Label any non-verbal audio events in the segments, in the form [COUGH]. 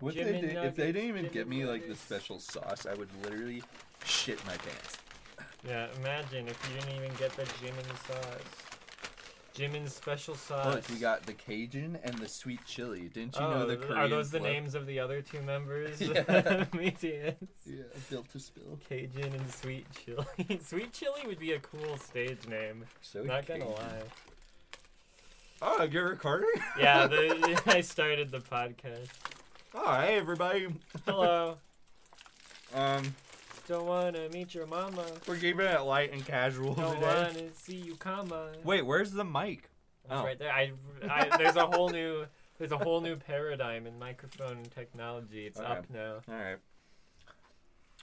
What if Jim they and did, if they nuggets, didn't even Jim get and me like the nuggets. special sauce, I would literally shit my pants. Yeah, imagine if you didn't even get the Jimin sauce. Jimin's special sauce. Look, we got the Cajun and the sweet chili. Didn't you Uh, oh, know the th- Korean? are those the flavor? names of the other two [LAUGHS] members? Yeah. [LAUGHS] BTS. Yeah, built to spill. Cajun and Sweet Chili. [LAUGHS] Sweet Chili would be a cool stage name. So Not gonna Cajun. lie. Oh, you're recording? Yeah, the, [LAUGHS] I started the podcast. [LAUGHS] Oh, hey, everybody. Hello. Um, Don't wanna meet your mama. we're keeping it light and casual Don't today. wanna see you, comma. Wait, where's the mic? It's Oh. right there. I, I, there's a whole new there's a whole new paradigm in microphone technology. It's Okay. up now. All right.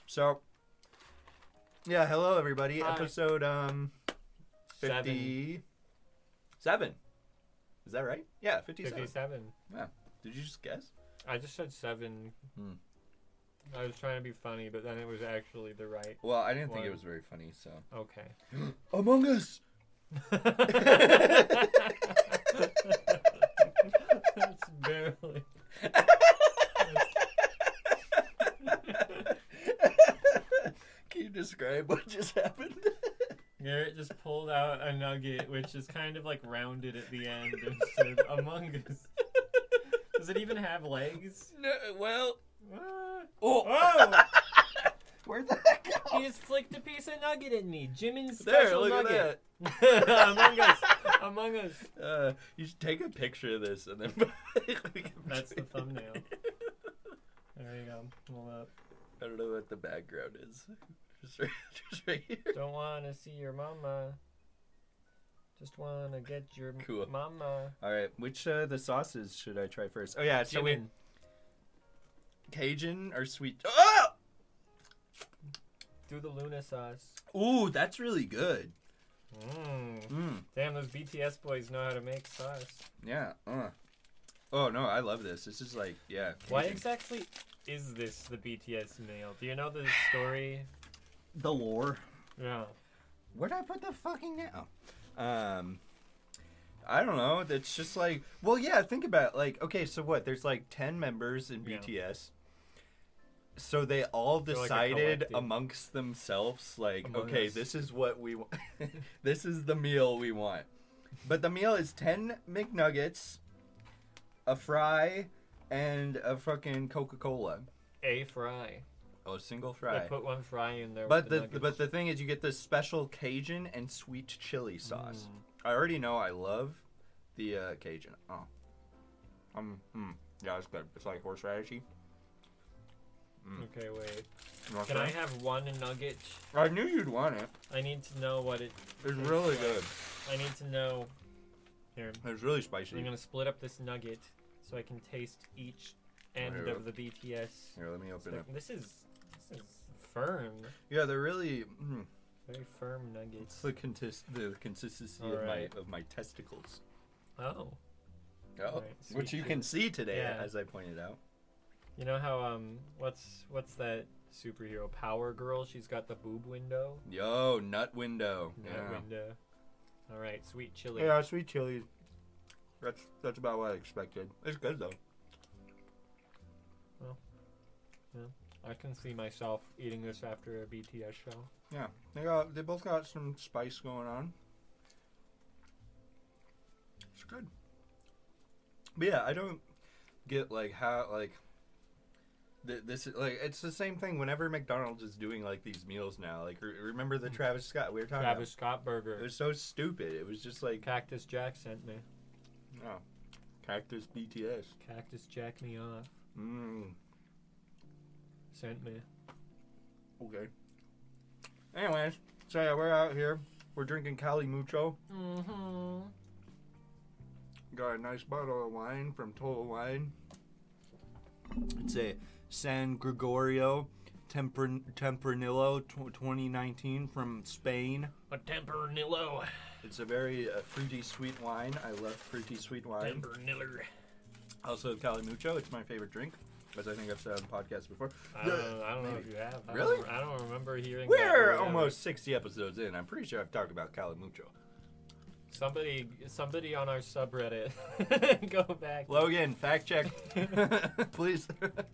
So, yeah, hello, everybody. Hi. Episode, um, Seven. 57. Is that right? Yeah, 57. 57. Did you just guess? I just said seven. Hmm. I was trying to be funny, but then it was actually the right. Well, I didn't think it One. was very funny. So Okay. [LAUGHS] Among [LAUGHS] Us. [LAUGHS] That's barely. Can you describe what just [LAUGHS] happened? Garrett just pulled out a nugget, which is kind of like rounded at the end and said, Among Us. Does it even have legs? no, well, Ah. oh, Oh! [LAUGHS] where'd that He go? just flicked a piece of nugget at me. Jimin's There, special look nugget. [LAUGHS] Among Us. Among Us. at that. Uh, you should take a picture of this and then. [LAUGHS] we can- That's [LAUGHS] the thumbnail. There you go. Pull up. I don't know what the background is. Just [LAUGHS] right, just right here. Don't wanna see your mama. Just wanna get your m- Cool. mama. All right, which uh, the sauces should I try first? Oh yeah, so we Jimin. Cajun or sweet. Oh! Do the Luna sauce. Ooh, that's really good. Mmm. Mm, Damn, those BTS boys know how to make sauce. yeah. Uh. Oh no, I love this. This is like, yeah. Why Cajun. exactly is this the BTS meal? Do you know the story? the lore? Yeah. Where'd I put the fucking now? Um, I don't know. That's just like, well, yeah. Think about it. like, okay, so what? There's like ten members in Yeah. BTS. So they all They're like a decided collective. amongst themselves, like, Among okay, us. this is what we want. [LAUGHS] this is the meal we want. But the meal is ten McNuggets, a fry, and a fucking Coca Cola. A fry. Oh, a single I fry. put one fry in there. But with the, nuggets. but the thing is, you get this special Cajun and sweet chili sauce. Mm. I already know I love the uh, Cajun. Oh, um, mm, yeah, it's good. It's like horseradishy. Okay, wait. You want Can some? I have one nugget? I knew you'd want it. I need to know what it. It's Tastes really like- good. I need to know. Here, It's really I'm spicy. gonna split up this nugget so I can taste each end Here. of the BTS. Here, let me open it. stick. This is this is firm, Yeah, they're really. Mm, very firm nuggets. it's the consist the consistency All of right. my of my testicles. Oh, Oh, Alright, sweet Which you can see today, Yeah. as I pointed out. you know how um, what's what's that superhero Power Girl? She's got the boob window. Yo, nut window. That window. All right, sweet chili. yeah. yeah, sweet chili. That's that's about what I expected. It's good though. I can see myself eating this after a BTS show. Yeah, they got they both got some spice going on. It's good. But yeah, I don't get like how like th- this is like it's the same thing whenever McDonald's is doing like these meals now. Like re- remember the Travis Scott we were talking Travis Scott about. It burger. was so stupid. It was just like Cactus Jack sent me. oh, cactus BTS. Cactus Jack me off. Mm, Sent me. okay. Anyways, so yeah, we're out here. We're drinking Cali Mucho. Mm-hmm. Got a nice bottle of wine from Total Wine. It's a San Gregorio Temper- Tempranillo tw 2019 from Spain. A Tempranillo. It's a very uh, fruity sweet wine. I love fruity sweet wine. Tempraniller. Also, Calimucho. It's my favorite drink, as I think I've said on the podcast before. I don't, know, I don't know if Maybe. you have. I Really? Don't, I don't remember hearing that We're word ever. almost 60 episodes in. I'm pretty sure I've talked about Calimucho. Somebody, somebody on our subreddit, [LAUGHS] go back. Logan, fact check, [LAUGHS] please. [LAUGHS]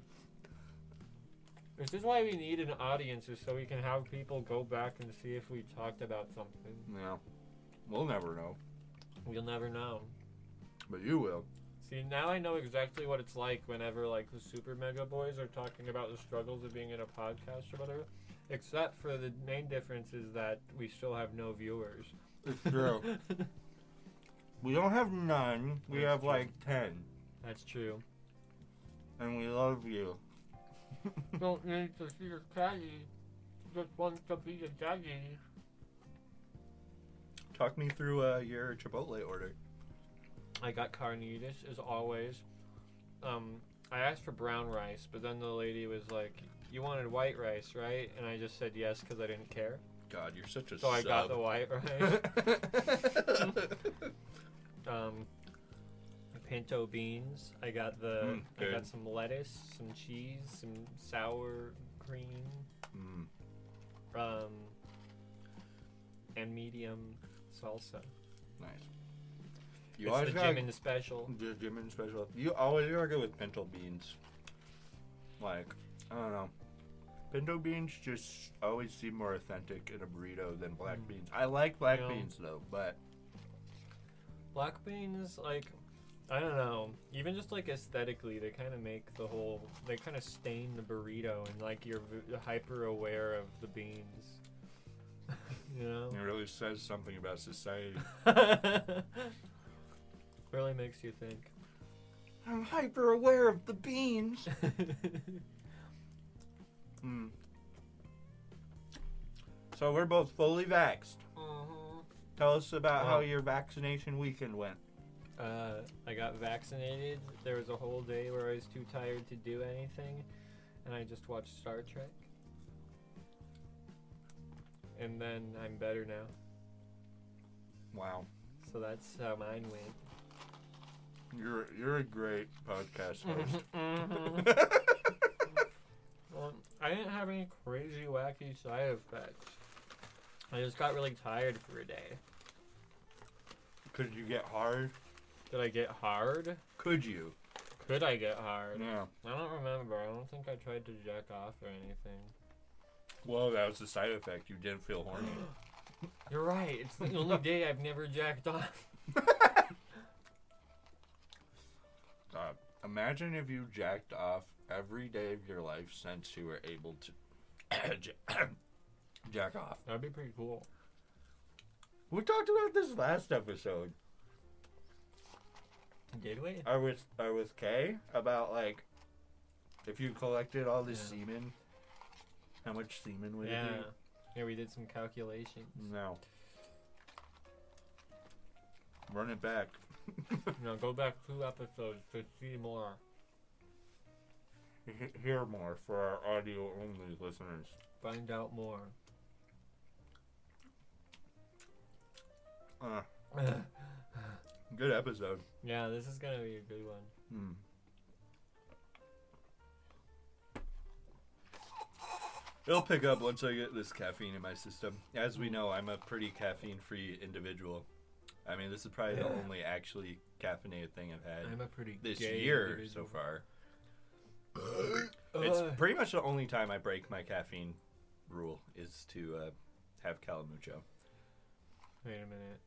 This is why we need an audience, is so we can have people go back and see if we talked about something. No, we'll never know, You'll never know. but you will. See, now I know exactly what it's like whenever like the super mega boys are talking about the struggles of being in a podcast or whatever. Except for the main difference is that we still have no viewers. It's true. we don't have none. We That's have true. like ten, [LAUGHS] That's true. and we love you. Don't need to see a caddy. Just want to be a daddy. Talk me through uh, your Chipotle order. I got carnitas as always. Um, I asked for brown rice, but then the lady was like, "You wanted white rice, right?" And I just said yes because I didn't care. God, you're such a So I got sub. the [LAUGHS] white rice. That's um, pinto beans. I got the. Mm, I good. got some lettuce, some cheese, some sour cream, Mm. um, and medium salsa. Nice. You You it's always the got Jimin special. the Jimin special. You always gotta go with pinto beans. Like I don't know, pinto beans just always seem more authentic in a burrito than black Mm. beans. I like black Yeah. beans though, but Black beans, like, I don't know. Even just like aesthetically, they kind of make the whole. They kind of stain the burrito, and like you're v- hyper aware of the beans. [LAUGHS] you know. it really says something about society. really makes you think. I'm hyper aware of the beans. Mm. So we're both fully vaxxed. Uh-huh. Tell us about how Wow. your vaccination weekend went. uh, I got vaccinated. There was a whole day where I was too tired to do anything, and I just watched Star Trek. And then I'm better now. Wow, So that's how mine went. you're you're a great [LAUGHS] podcast host. Mm-hmm. Well, I didn't have any crazy wacky side effects. I just got really tired for a day. Could you get hard? Did I get hard? Could you? Could I get hard? Yeah. I don't remember. I don't think I tried to jack off or anything. Well, that was the side effect. You didn't feel [GASPS] horny. You're right. It's the only day I've never jacked off. [LAUGHS] Uh, imagine if you jacked off every day of your life since you were able to [COUGHS] ja- jack off. That'd be pretty cool. We talked about this last episode. Did we? I was I with Kay about like if you collected all this Yeah. semen, how much semen would Yeah. it be? Yeah, we did some calculations. No. Run it [LAUGHS] back. now go back two episodes to see more. H- Hear more for our audio only listeners. Find out more. Uh, good episode. yeah, this is gonna be a good one. Hmm. It'll pick up once I get this caffeine in my system. As Hmm. we know, I'm a pretty caffeine free individual. I mean, this is probably the only actually caffeinated thing I've had I'm a pretty this gay year individual. Uh. so far. Ugh. It's pretty much the only time I break my caffeine rule is to uh, have Calamucho. [LAUGHS] Wait a minute.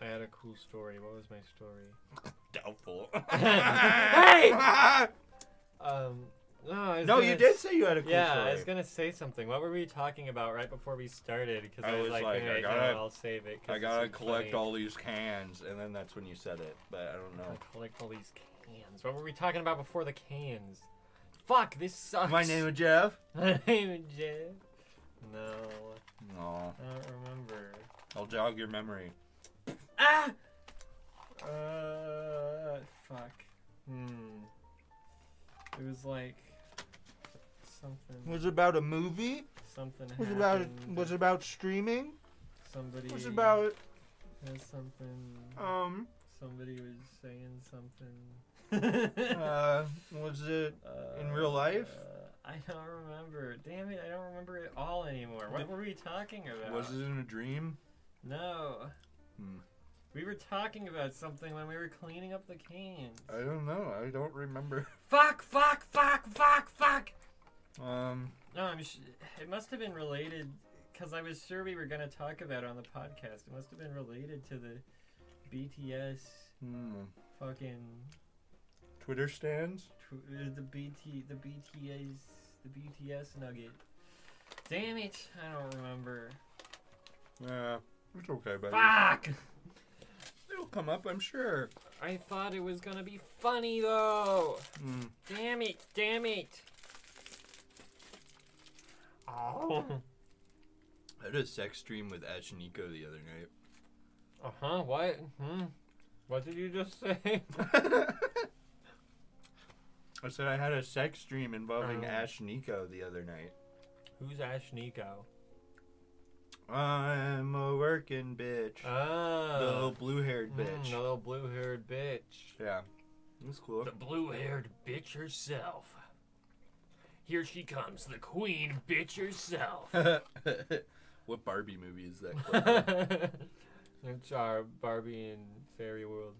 I had a cool story. What was my story? Doubtful. Hey! Um. No, I [LAUGHS] was no, gonna you did s- say you had a cool yeah, story. I was gonna say something. What were we talking about right before we started? Because I I, was was like, like, I "Wait, no, gotta- I'll save it. 'cause I it's gotta so collect funny." all these cans, and then that's when you said it. But I don't I know. collect all these cans. What were we talking about before the cans? Fuck, this sucks. Uh, My name is Jeff. [LAUGHS] My name is Jeff. No, No, I don't remember. I'll jog your memory. Ah. Uh. Fuck. Hmm. It was like something. Was it about a movie? Something Was it happened. about was it about streaming? somebody? Was it about there's something? um somebody was saying something. [LAUGHS] uh was it in real life? Uh, I don't remember. Damn it! I don't remember it all anymore. What Did- were we talking about? was it in a dream? No. Hmm. We were talking about something when we were cleaning up the cans. I don't know. I don't remember. [LAUGHS] Fuck! Fuck! Fuck! Fuck! Fuck! Um, No, I'm. Sh- it must have been related because I was sure we were gonna talk about it on the podcast. It must have been related to the BTS hmm. fucking Twitter stands. tw- uh, the BT the BTS the BTS nugget. Damn it! I don't remember. Yeah, it's okay, buddy. Fuck! It'll come up, I'm sure. I thought it was gonna be funny though. Mm. Damn it! Damn it! Oh. I did a sex stream with Ash and Nico the other night. Uh huh. What? Hmm. What did you just say? [LAUGHS] I said I had a sex stream involving Oh. Ash Nico the other night. Who's Ash Nico? I'm a working bitch. the little Oh. blue haired bitch. the little blue haired bitch. Yeah. That's cool. The blue haired bitch herself. Here she comes, the queen bitch [LAUGHS] herself. [LAUGHS] what Barbie movie is that? [LAUGHS] clip from? it's our Barbie and Fairy World.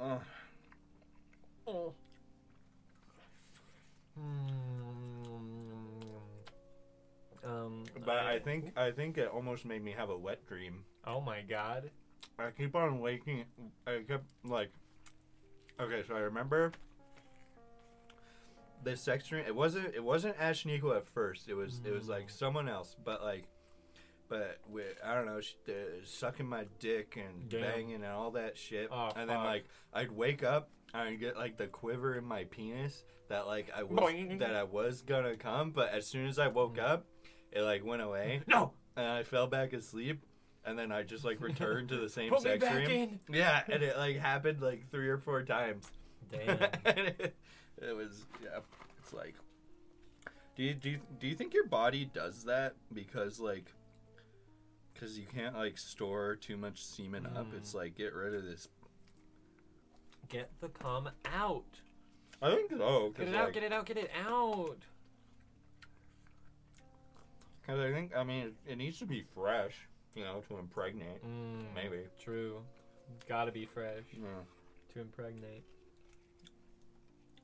uh, Oh. Hmm. Um, but I think I think it almost made me have a wet dream. Oh my god. I keep on waking. I kept like. Okay, so I remember. The sex dream. It wasn't. It wasn't Ash Nico at first. It was. It was like Mm. someone else. But like, but we, I don't know. She, uh, sucking my dick and Damn. banging and all that shit. Oh, and then fuck. like I'd wake up. and I'd get like the quiver in my penis that like I was [LAUGHS] Boing. that I was gonna come. But as soon as I woke Mm. up, it like went away No! and I fell back asleep, and then I just like returned [LAUGHS] to the same Put me sex back dream. in! Yeah, and it like happened like three or four [LAUGHS] times. Damn. and it, it was yeah. It's like Do you do you, do you think your body does that because like because you can't like store too much semen up? Mm. It's like get rid of this. Get the cum out. I think so. Get Because it out, get it out, get it out. I think I mean it, it needs to be fresh, you know, to impregnate. Mm, Maybe. True. Gotta be fresh Yeah. to impregnate.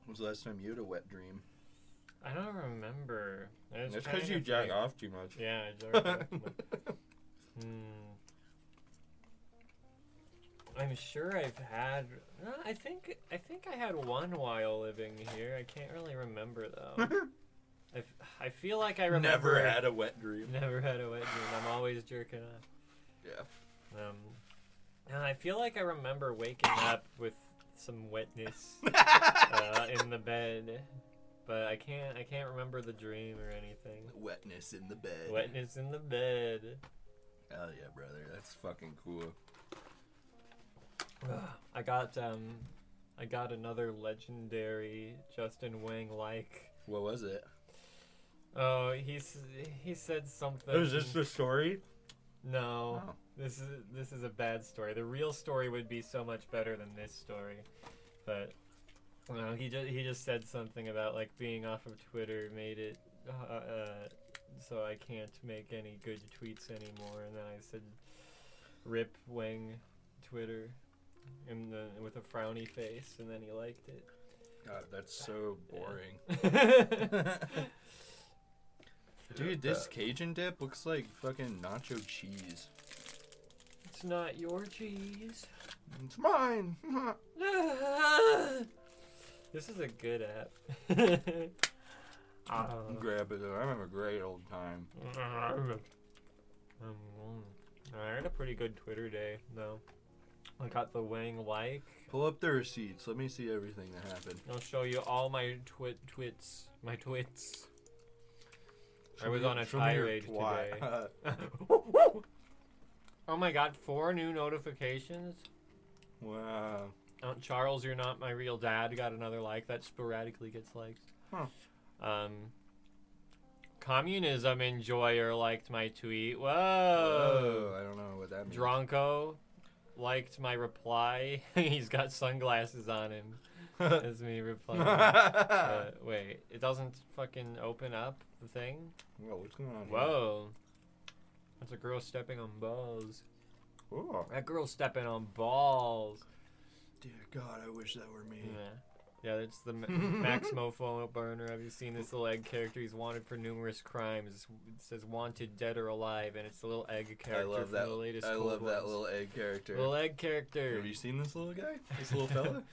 When was the last time you had a wet dream? I don't remember. I was It's trying because to you jack think. off too much. Yeah, I jacked off. [LAUGHS] hmm. I'm sure I've had. uh, I think I think I had one while living here. I can't really remember though. [LAUGHS] I, f- I feel like I remember. Never had a wet [LAUGHS] dream. Never had a wet dream. I'm always jerking off. Yeah. Um, and I feel like I remember waking up with some wetness uh, in the bed, but I can't. I can't remember the dream or anything. Wetness in the bed. Wetness in the bed. Hell yeah, brother. That's fucking cool. Ugh. I got. Um, I got another legendary Justin Wang like. What was it? Oh, he's he said something. the story? no. Oh. This is this is a bad story. The real story would be so much better than this story, but you know, he just he just said something about like being off of Twitter made it uh, uh, so I can't make any good tweets anymore. And then I said, "Rip Wang, Twitter," and then with a frowny face. And then he liked it. [LAUGHS] God, that's so boring. Dude, Dude, this this Cajun dip looks like fucking nacho cheese. it's not your cheese. It's mine. [LAUGHS] this is a good app. Uh, Grab it. I have a great old time. Um, I had a pretty good Twitter day, though. I got the Wang like. Pull up the receipts. Let me see everything that happened. I'll show you all my twit twits, my twits. [LAUGHS] I Show was me- on a show me your tirade twat. today. oh my god, four new notifications. [LAUGHS] wow. Uh, Charles, you're not my real dad. Got another like that sporadically gets likes. Huh. Um, communism enjoyer liked my tweet. Oh, Whoa. I don't know what that means. [LAUGHS] Dronko liked my reply. [LAUGHS] He's got sunglasses on him. That's me replying. uh, wait, it doesn't fucking open up the thing. Whoa, what's going on? here? Whoa. That's a girl stepping on balls. Oh, That girl's stepping on balls. dear God, I wish that were me. Yeah. Yeah, that's the Ma- Max Mofo burner. Have you seen this little egg character? He's wanted for numerous crimes. It says wanted, dead or alive, and it's the little egg I character love from that. the latest. I Cold love that Ones. little egg character. Little egg character. Have you seen this little guy? This little [LAUGHS] fella?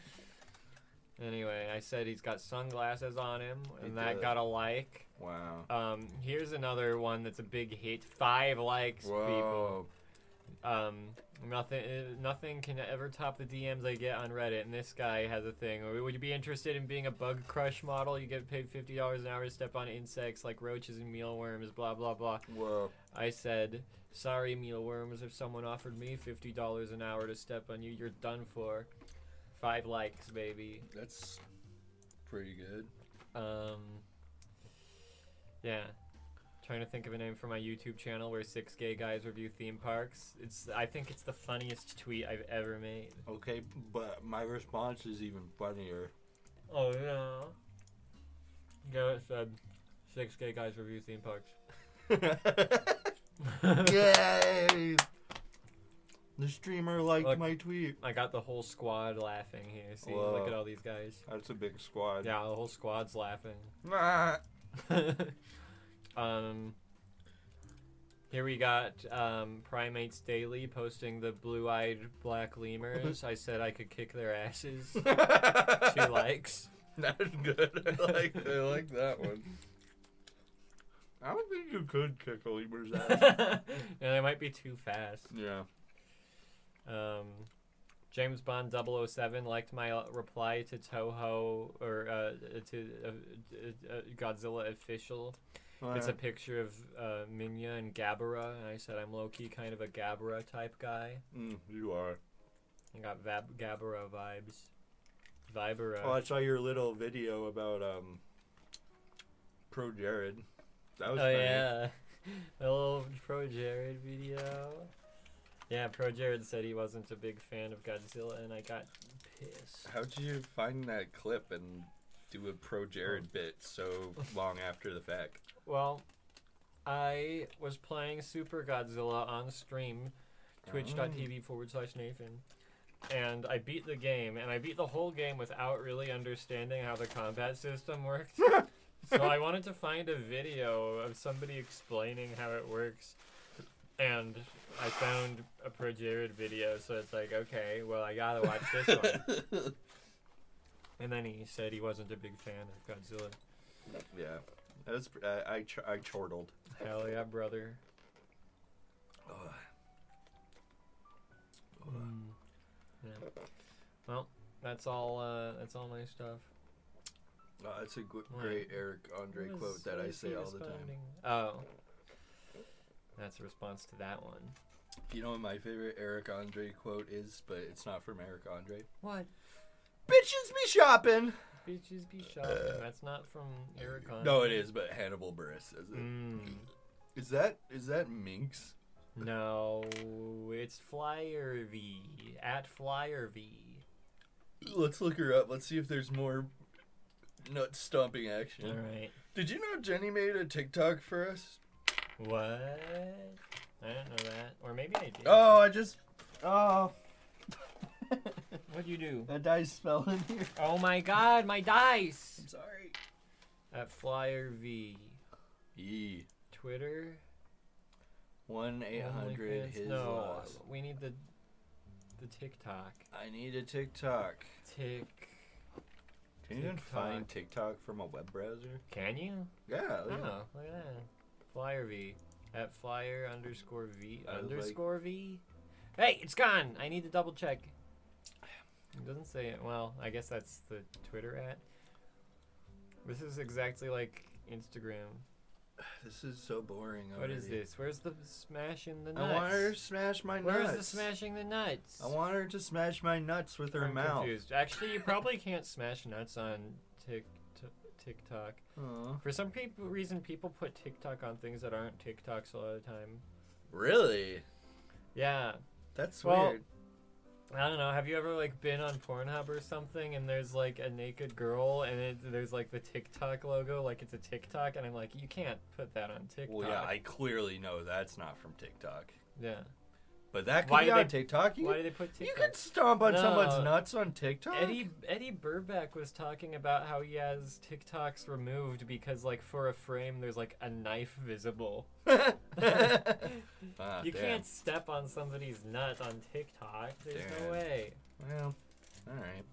Anyway, I said he's got sunglasses on him, He and that does. got a like. wow. Um, here's another one that's a big hit. Five likes, Whoa. people. Um, nothing, uh, nothing can ever top the DMs I get on Reddit. And this guy has a thing. Would you be interested in being a bug crush model? You get paid fifty dollars an hour to step on insects like roaches and mealworms. Blah blah blah. Whoa. I said, sorry, mealworms. If someone offered me fifty dollars an hour to step on you, you're done for. Five likes, baby. That's pretty good. Um, yeah. Trying to think of a name for my YouTube channel where six gay guys review theme parks. It's I think it's the funniest tweet I've ever made. Okay, but my response is even [LAUGHS] funnier. [LAUGHS] Oh yeah. Garrett said, six gay guys review theme parks. Yay! The streamer liked Look. my tweet. I got the whole squad laughing here. See, Whoa. look at all these guys. That's a big squad. Yeah, the whole squad's laughing. Ah. um, here we got um, Primates Daily posting the blue eyed black lemurs. I said I could kick their [LAUGHS] asses. Two likes. That's good. I like, I like that one. I don't think you could kick a [LAUGHS] lemur's ass. [LAUGHS] and they might be too fast. yeah. Um, James Bond 007 liked my uh, reply to Toho or uh, to uh, uh, uh, Godzilla official. It's a picture of uh, Minya and Gabara, and I said I'm low key kind of a Gabara type guy. Mm, you are. I got Vab- Gabara vibes. Vibera. Oh, I saw your little video about um, Pro Jared. That was Oh, funny. yeah. [LAUGHS] The little Pro Jared video. Yeah, Pro Jared said he wasn't a big fan of Godzilla, and I got pissed. How'd you find that clip and do a pro Oh. Jared bit so long after the fact? Well, I was playing Super Godzilla on stream, twitch.tv forward slash Nathan, and I beat the game, and I beat the whole game without really understanding how the combat system [LAUGHS] worked. so I wanted to find a video of somebody explaining how it works. And I found a Pro Jared video, so it's like, okay, well, I gotta watch this one. and then he said he wasn't a big fan of Godzilla. Yeah. That was, pr- I, I, ch- I chortled. Hell yeah, brother. Ugh. Mm. Yeah. Well, that's all. Uh, that's all my stuff. Oh, that's a g- What? great Eric Andre What quote is- that what I is say he all the time. responding? Oh, that's a response to that one. You know what my favorite Eric Andre quote is, but it's not from Eric Andre. What? Bitches be shopping. Bitches be shopping. that's not from Eric. Andre. No, it is, but Hannibal Burris says it. Mm, Mm-hmm. Is that is that Minx? no, it's Flyer V at Flyer V. Let's look her up. Let's see if there's more nut stomping action. All right. Did you know Jenny made a TikTok for us? What? I don't know that. Or maybe I did. Oh, I just Oh, What'd you do? [LAUGHS] that dice fell in here. Oh my God, my dice! I'm sorry. At Flyer V. E Twitter. one eight hundred OnlyFans? his uh, no, uh, loss. we need the the TikTok. I need a TikTok. Tick. Can you even find TikTok from a web browser? Can you? Yeah. Oh, look at- look at that. Flyer V at flyer underscore V I like- underscore V. Hey, it's gone. I need to double check. It doesn't say it. Well, I guess that's the Twitter at. This is exactly like Instagram. This is so boring. What is already. this? Where's the smashing the I want her to nuts? smash my nuts. Where's the smashing the nuts? I want her to smash my nuts with her I'm mouth. confused. Actually, you probably can't smash nuts on Tik TikTok. Aw. For some peop reason, people put TikTok on things that aren't TikToks a lot of the time. Really? Yeah, That's Well, weird. I don't know. Have you ever like been on Pornhub or something, and there's like a naked girl, and it, there's like the TikTok logo, like it's a TikTok, and I'm like, you can't put that on TikTok. Well, yeah, I clearly know that's not from TikTok. yeah. But that could Why be did on they- TikTok. You, Why could, did they put you TikTok? could stomp on No. someone's nuts on TikTok. Eddie Eddie Burbeck was talking about how he has TikToks removed because like for a frame there's like a knife visible. [LAUGHS] Ah, [LAUGHS] you damn. can't step on somebody's nut on TikTok. There's Damn. no way. Well, all right.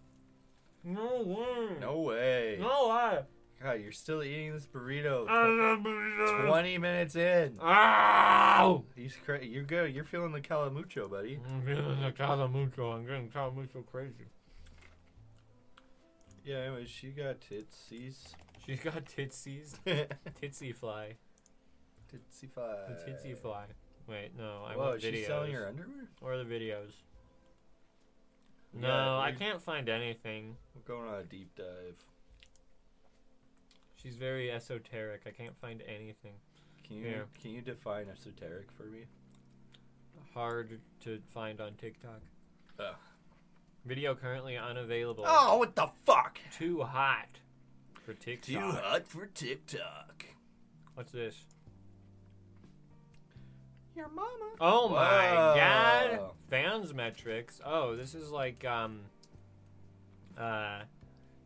No way. No way. No way. God, you're still eating this burrito. I don't believe it. Twenty minutes in. Ah. Ow! He's cra- You're good. You're feeling the calamucho, buddy. I'm feeling the calamucho. I'm getting calamucho crazy. Mm-hmm. Yeah. Anyways, she got titties. [LAUGHS] She's got titsy's Titsy titsy fly. five. The titsy fly. Wait, no, I Uh, Whoa, want is videos. she selling her underwear? or the videos. We No, got- I we- can't find anything. We're going on a deep dive. She's very esoteric. I can't find anything. Can you Yeah. can you define esoteric for me? Hard to find on TikTok. Ugh. Video currently unavailable. Oh, what the fuck! Too hot for TikTok. for TikTok. What's this? Your mama. Oh Wow. my god! Fans metrics. Oh, this is like um uh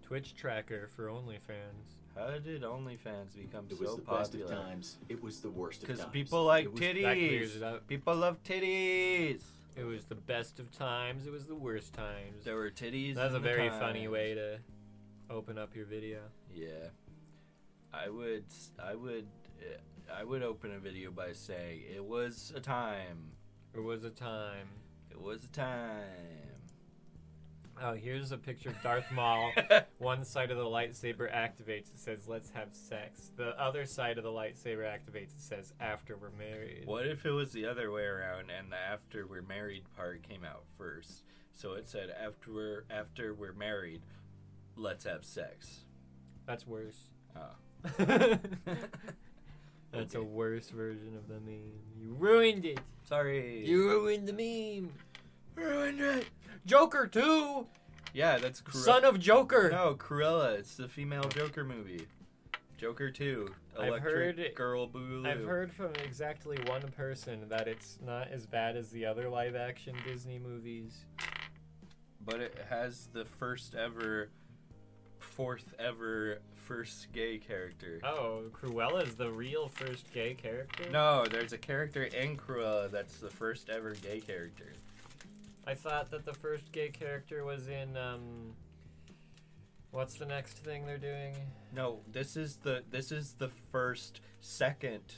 Twitch tracker for OnlyFans. How did OnlyFans become It was so the best of popular? times. It was the worst of times. Because people like It was- titties. that clears it up. People love titties. It was the best of times. It was the worst times. There were titties. That's a in the very times. funny way to open up your video. Yeah, I would. s- I would. eh, I would open a video by saying it was a time. There was a time. It was a time. Oh, here's a picture of [LAUGHS] Darth Maul. One side of the lightsaber activates. It says, "Let's have sex." The other side of the lightsaber activates. It says, "After we're married." What if it was the other way around and the after we're married part came out first? So it said after we're after we're married, let's have [LAUGHS] sex. That's worse. Oh. [LAUGHS] That's Okay. a worse version of the meme. You ruined it. Sorry. You ruined the meme. ruined it. Joker two, Yeah, that's Cruella. son of Joker. no, Cruella. It's the female Joker movie. Joker 2. I've Electric heard it- Girl Boogaloo. I've heard from exactly one person that it's not as bad as the other live action Disney movies. But it has the first ever, fourth ever, first gay character. Oh, Cruella's the real first gay character? No, there's a character in Cruella that's the first ever gay character. I thought that the first gay character was in um What's the next thing they're doing? No, this is the this is the first second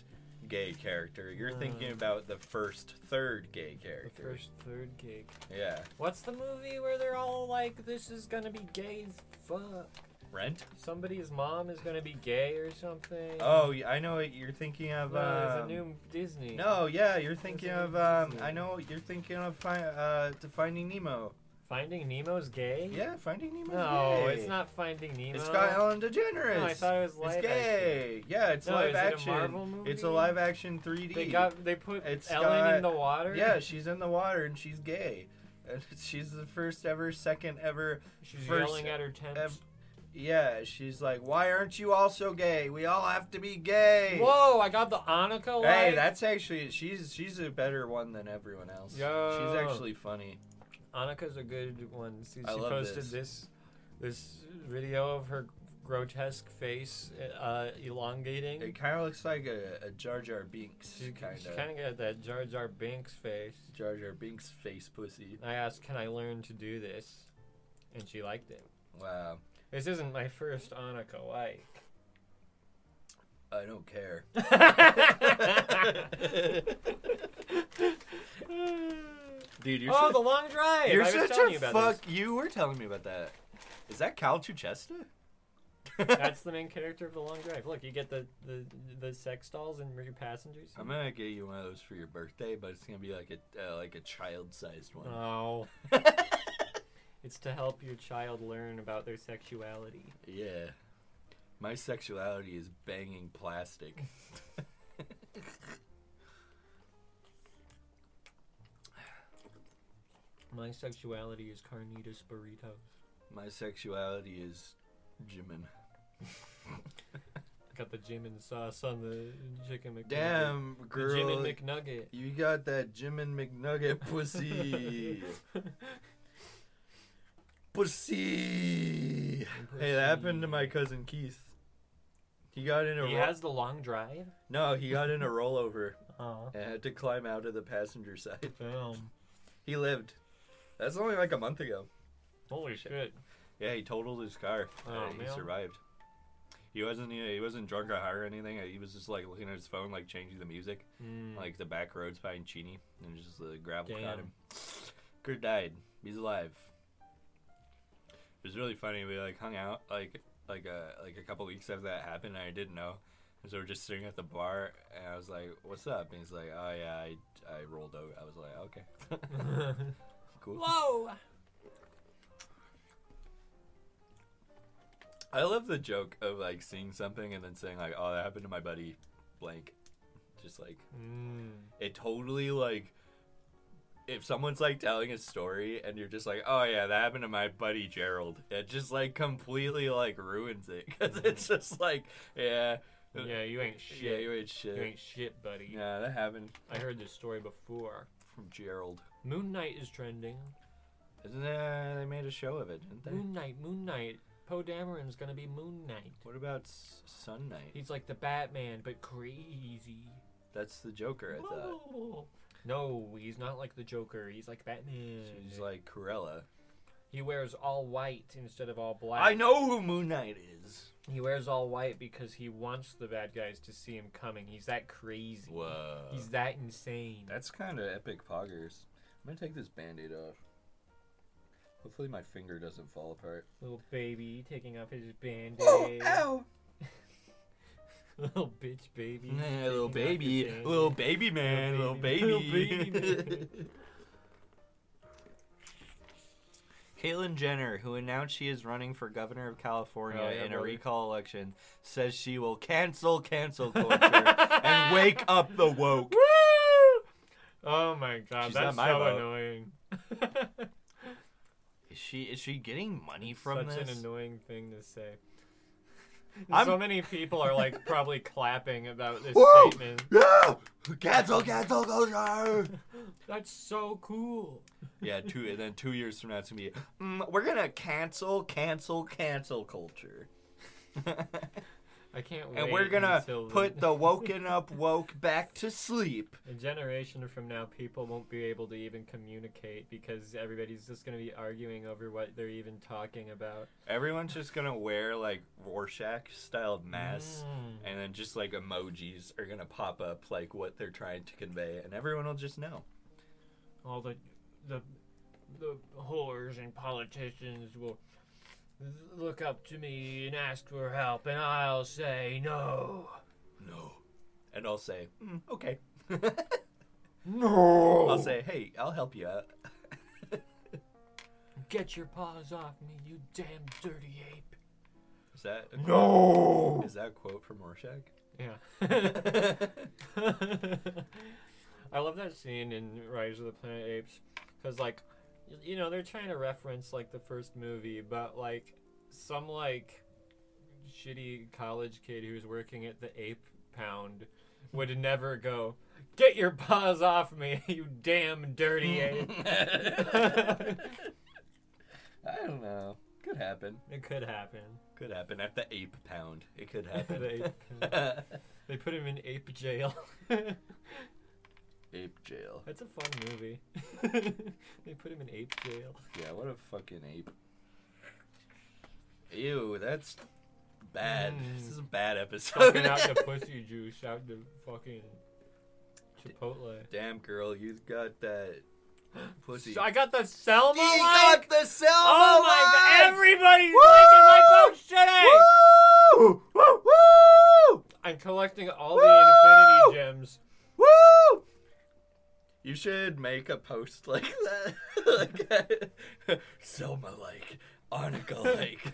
gay character. You're thinking about the first third gay The character. first third gay. Yeah. What's the movie where they're all like this is going to be gay as fuck. Rent? Somebody's mom is going to be gay or something. Oh, y- I know what you're thinking of. no, it's a um, new Disney. No, yeah, you're thinking There's of. a Um, new I know what you're thinking of. Fi- uh, to Finding Nemo. Finding Nemo's gay? Yeah, Finding Nemo. No, Oh, it's not Finding Nemo. It's got Ellen DeGeneres. No, I thought it was It's live gay. Yeah, it's No, live is it a action. Marvel It's a movie? live action 3D. They got they put It's Ellen in got- the water. Yeah, she's in the water and she's gay. And [LAUGHS] she's the first ever, second ever. she's first yelling at her tent. ev- Yeah, she's like, why aren't you also gay? We all have to be gay. Whoa! I got the Annika. Hey, light. that's actually she's she's a better one than everyone else. Yo. She's actually funny. Annika's a good one. She, I she love posted this. this. this video of her grotesque face uh, elongating. It kind of looks like a, a Jar Jar Binks she kind she of kind of got that Jar Jar Binks face. Jar Jar Binks face pussy. I asked, "Can I learn to do this?" And she liked it. Wow, This isn't my first Annika [LAUGHS] like. I don't care. Dude, [LAUGHS] you're oh, such, the long drive! you're I was such telling a you about this. fuck. You were telling me about that. Is that Cal Chuchesta? That's the main character of the long drive. Look, you get the the, the sex dolls and your passengers. [LAUGHS] I'm gonna get you one of those for your birthday, but it's gonna be like a uh, like a child sized one. No. Oh. it's to help your child learn about their sexuality. Yeah, my sexuality is banging plastic. My sexuality is carnitas burritos. my sexuality is Jimin. Got got the Jim and sauce on the chicken McNugget. Damn, the Jim girl. and McNugget. You got that Jim and [LAUGHS] McNugget pussy. pussy. Hey, that happened to my cousin Keith. He got in a He ro- has the long drive. no. He got in a rollover Oh. and had to climb out of the passenger side. [LAUGHS] Damn. He lived. That's only like a month ago. Holy shit. Yeah, he totaled his car. Oh, Uh, he man. survived. He wasn't. He, he wasn't drunk or high or anything. He was just like looking at his phone, like changing the music, [LAUGHS] Mm. like the back roads behind Chini, and just the gravel caught Damn. him. Kurt died. He's alive. It was really funny. We like hung out like like a like a couple weeks after that happened, and I didn't know. And so we're just sitting at the bar, and I was like, "What's up?" And he's like, "Oh yeah, I, I rolled over." I was like, "Okay, [LAUGHS] cool." [LAUGHS] Whoa. I love the joke of like seeing something and then saying like, "Oh, that happened to my buddy," blank. Just like Mm. it totally like if someone's like telling a story and you're just like, "Oh yeah, that happened to my buddy Gerald," it just like completely like ruins it because it's just like, yeah, Yeah, you ain't yeah, Mm-hmm. shit. you ain't shit. You ain't shit, buddy. yeah, that happened I heard this story before. from Gerald. Moon Knight is trending. Isn't that they made a show of it, didn't they? Moon Knight, Moon Knight. Poe Dameron's gonna be Moon Knight. What about S- Sun Knight? He's like the Batman, but crazy. That's the Joker, I thought. No, he's not like the Joker. He's like Batman. He's like Corella. he wears all white instead of all black. I know who Moon Knight is. He wears all white because he wants the bad guys to see him coming. He's that crazy. Whoa. He's that insane. That's kind of epic poggers. I'm going to take this band aid off. Hopefully, my finger doesn't fall [LAUGHS] apart. Little baby taking off his band-aid. [LAUGHS] little bitch baby. little taking baby. off his Little baby man. Little Little baby. baby. Little [LAUGHS] [LAUGHS] baby. Caitlyn Jenner, who announced she is running for governor of California Oh, yeah, in a brother. recall election, says she will cancel [LAUGHS] cancel culture and wake up the woke. Woo! Oh my god, She's not that's my so vote. annoying. Is she is she getting money from Such this? an annoying thing to say. I'm- So many people are like probably clapping about this Woo! statement. No! Cancel cancel culture. That's so cool. yeah, two, and then two years from now, it's going to be mm, we're going to cancel, cancel, cancel culture. [LAUGHS] I can't wait. and we're going to until the- put [LAUGHS] the woken up woke back to sleep. A generation from now, people won't be able to even communicate because everybody's just going to be arguing over what they're even talking about. Everyone's just going to wear like Rorschach style masks. Mm. and then just like emojis are gonna pop up like what they're trying to convey and everyone will just know All the, the, the whores and politicians will look up to me and ask for help, and I'll say no. no and i'll say mm, okay [LAUGHS] No. i'll say hey i'll help you out Get your paws off me, you damn dirty ape. is that a quote? No. is that a quote from rorschach Yeah. I love that scene in Rise of the Planet Apes because, like, y- you know, they're trying to reference like the first movie, but like some like shitty college kid who's working at the ape pound would never go, "Get your paws off me, [LAUGHS] you damn dirty ape." [LAUGHS] i don't know could happen It could happen. could happen at the ape pound it could happen they, they put him in ape jail. [LAUGHS] [LAUGHS] ape jail That's a fun [LAUGHS] movie. they put him in ape [LAUGHS] jail. yeah what a fucking ape ew that's bad this is a bad episode Fucking [LAUGHS] Mm. out the pussy juice out the fucking Chipotle. Damn, girl, you got that pussy. I got the Selma He like. the Selma Oh my god! line! Everybody's Woo! liking my post today. Woo! Woo! Woo! I'm collecting all the Woo! Infinity gems. Woo! You should make a post like that. [LAUGHS] like [LAUGHS] that. Selma like, Annika like. [LAUGHS]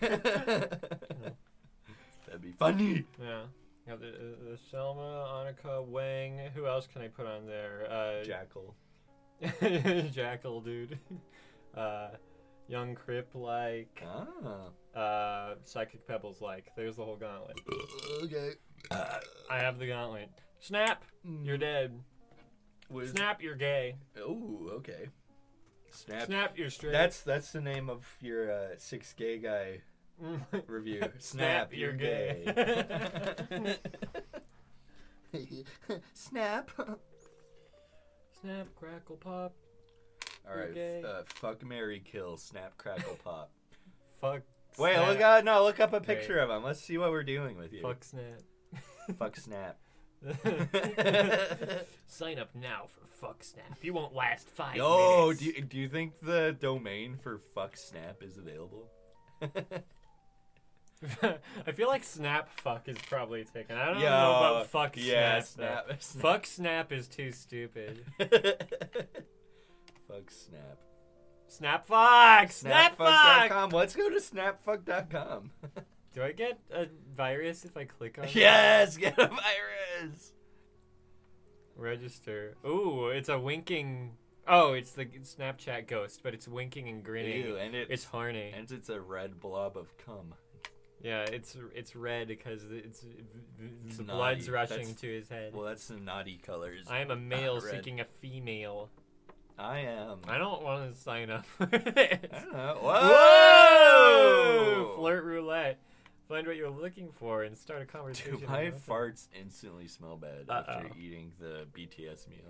That'd be funny. Yeah. Got the, uh, the, the Selma, Annika, Wang. Who else can I put on there? Uh, Jackal. [LAUGHS] Jackal, dude. Uh, young Crip, like. Ah. Uh, Psychic Pebbles, like. There's the whole gauntlet. Okay. Mm. I have the gauntlet. Snap, you're dead. Was, Snap, you're gay. Oh, okay. Snap. Snap, you're straight. That's that's the name of your uh, six gay guy review. [LAUGHS] Snap, [LAUGHS] Snap, you're you're gay. [LAUGHS] gay. Snap. [LAUGHS] Snap, crackle, pop. All right. gay. Uh, fuck Mary Kill. Snap Crackle Pop. Fuck. Wait, snap. look out! No, look up a Wait. picture of him. Let's see what we're doing with you. Fuck snap. Fuck Snap. [LAUGHS] [LAUGHS] Sign up now for fuck snap. You won't last five Yo, minutes. do you, do you think the domain for fuck Snap is available? [LAUGHS] I feel like snap fuck is probably taken. I [LAUGHS] don't Yo, know about fuck yeah, snap. Snap. though. snap. Fuck snap is too stupid. [LAUGHS] fuck Snap. Snap fuck. Snap fuck. Snapfuck.com. Let's go to [LAUGHS] snapfuck.com. Do I get a virus if I click on? [LAUGHS] yes, get a virus. Register. Ooh, it's a winking. Oh, it's the Snapchat ghost, but it's winking and grinning. Ew, and it It's horny. and it's a red blob of cum. Yeah, it's it's red because it's, the naughty. blood's rushing That's- to his head. Well, that's the naughty colors. I am a male red. seeking a female. I am. I don't want to sign up [LAUGHS] for this. I don't know. Whoa! Whoa! Flirt roulette. Find what you're looking for and start a conversation. Dude, my about it. farts instantly smell bad after Uh-oh. eating the BTS meal.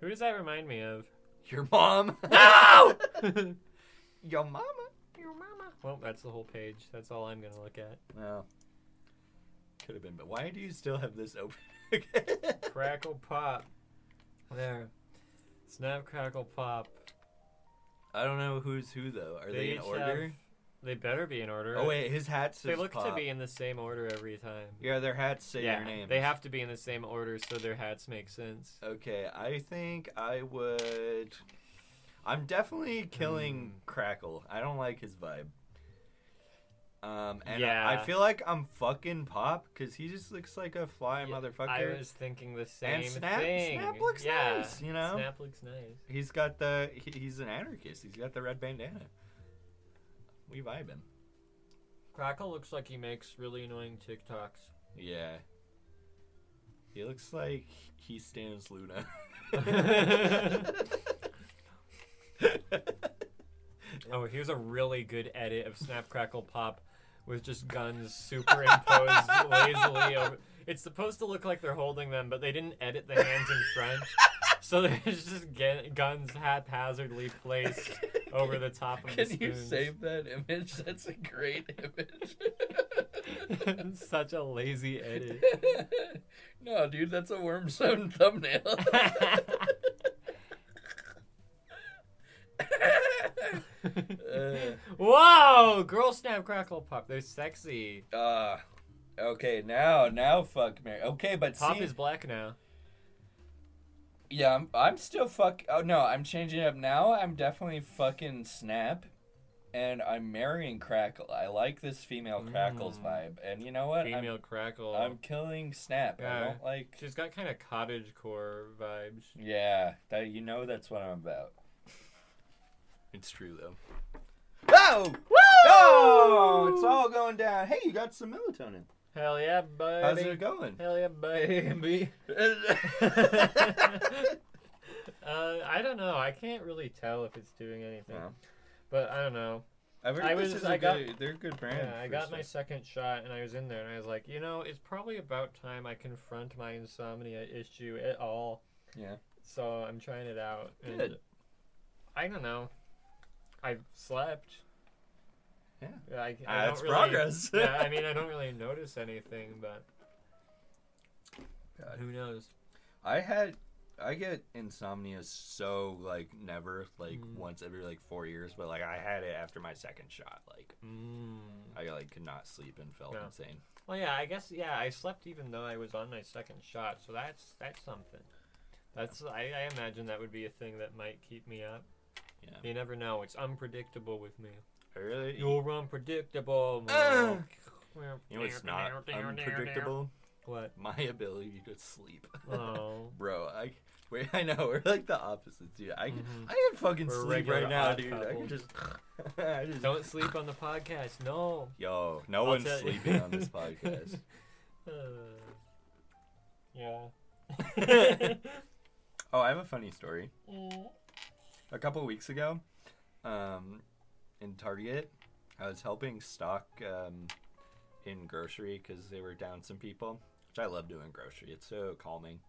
Who does that remind me of? [LAUGHS] Your mom? [LAUGHS] No! Your mama? well, that's the whole page. That's all I'm gonna look at. Well, could have been, but why do you still have this open? [LAUGHS] Crackle pop. There. Snap crackle pop. I don't know who's who though. Are they, in each order? have- they better be in order. Oh wait, his hat says They look to Pop. be in the same order every time. Yeah, their hats say their name. They have to be in the same order so their hats make sense. Okay, I think I would. I'm definitely killing Hmm. Crackle. I don't like his vibe. Um, and Yeah. I, I feel like I'm fucking Pop because he just looks like a fly Yeah, motherfucker. I was thinking the same And Snap- thing. Snap looks yeah, nice, you know? Snap looks nice. He's got the. He, he's an anarchist. He's got the red bandana. We vibing. Crackle looks like he makes really annoying TikToks. Yeah. He looks like he stands [LAUGHS] Luna. [LAUGHS] Oh, here's a really good edit of Snap Crackle Pop with just guns [LAUGHS] superimposed lazily over. It's supposed to look like they're holding them, but they didn't edit the hands in front. So there's [LAUGHS] just ga- guns haphazardly placed over the top of the Can you spoons. save that image? That's a great image. [LAUGHS] It's [LAUGHS] Such a lazy edit. [LAUGHS] no, dude, that's a worm zone [LAUGHS] thumbnail. Uh. [LAUGHS] Whoa! Girl Snap Crackle Pop. They're sexy. uh, okay, now, now, fuck Mary. Okay, but Pop see, is black now. yeah, I'm, I'm still fuck. Oh no, I'm changing it up now. I'm definitely fucking snap, and I'm marrying Crackle. I like this female Crackle's Mm. vibe, and you know what? I'm- Female Crackle. I'm killing Snap. I Yeah. don't like. She's got kind of cottage core vibes. Yeah, that you know that's what I'm about. It's true though. Oh! Woo! Oh! It's all going down. Hey, you got some melatonin. Hell yeah, baby. How's it going? Hell yeah, baby. uh, I don't know. I can't really tell if it's doing anything. No. But I don't know. [LAUGHS] I've heard I this was- is I a got- good, they're a good brand. Yeah, I for got stuff. my second shot and I was in there and I was like, you know, it's probably about time I confront my insomnia issue at all. Yeah. So I'm trying it out. and Good. I don't know. I slept. Yeah. I, I Ah, don't that's really- progress. [LAUGHS] yeah, [LAUGHS] I mean, I don't really notice anything, but God. who knows? I had I get insomnia so like never like Mm. once every like 4 years, but like I had it after my second shot. Like Mm. I like could not sleep and felt Yeah. insane. Well, yeah, I guess yeah, I slept even though I was on my second shot, so that's that's something. That's I, I imagine that would be a thing that might keep me up. Yeah. You never know; it's unpredictable with me. I really You're [CLEARS THROAT] unpredictable. Ah. Mark. You know it's not unpredictable. What? My [LAUGHS] ability to sleep. Oh, [LAUGHS] Bro, I wait. I know we're like the opposites, dude. I Mhm. I can fucking We're sleep regular right now, odd dude. I couple. can just. [LAUGHS] I just don't sleep on the podcast. No. Yo, no I'll one's tell- [LAUGHS] sleeping on this podcast. Uh, [LAUGHS] [LAUGHS] Yeah. Oh, I have a funny story. Mm. A couple weeks ago, um, in Target, I was helping stock um, in grocery because they were down some people, which I love doing grocery. It's so calming.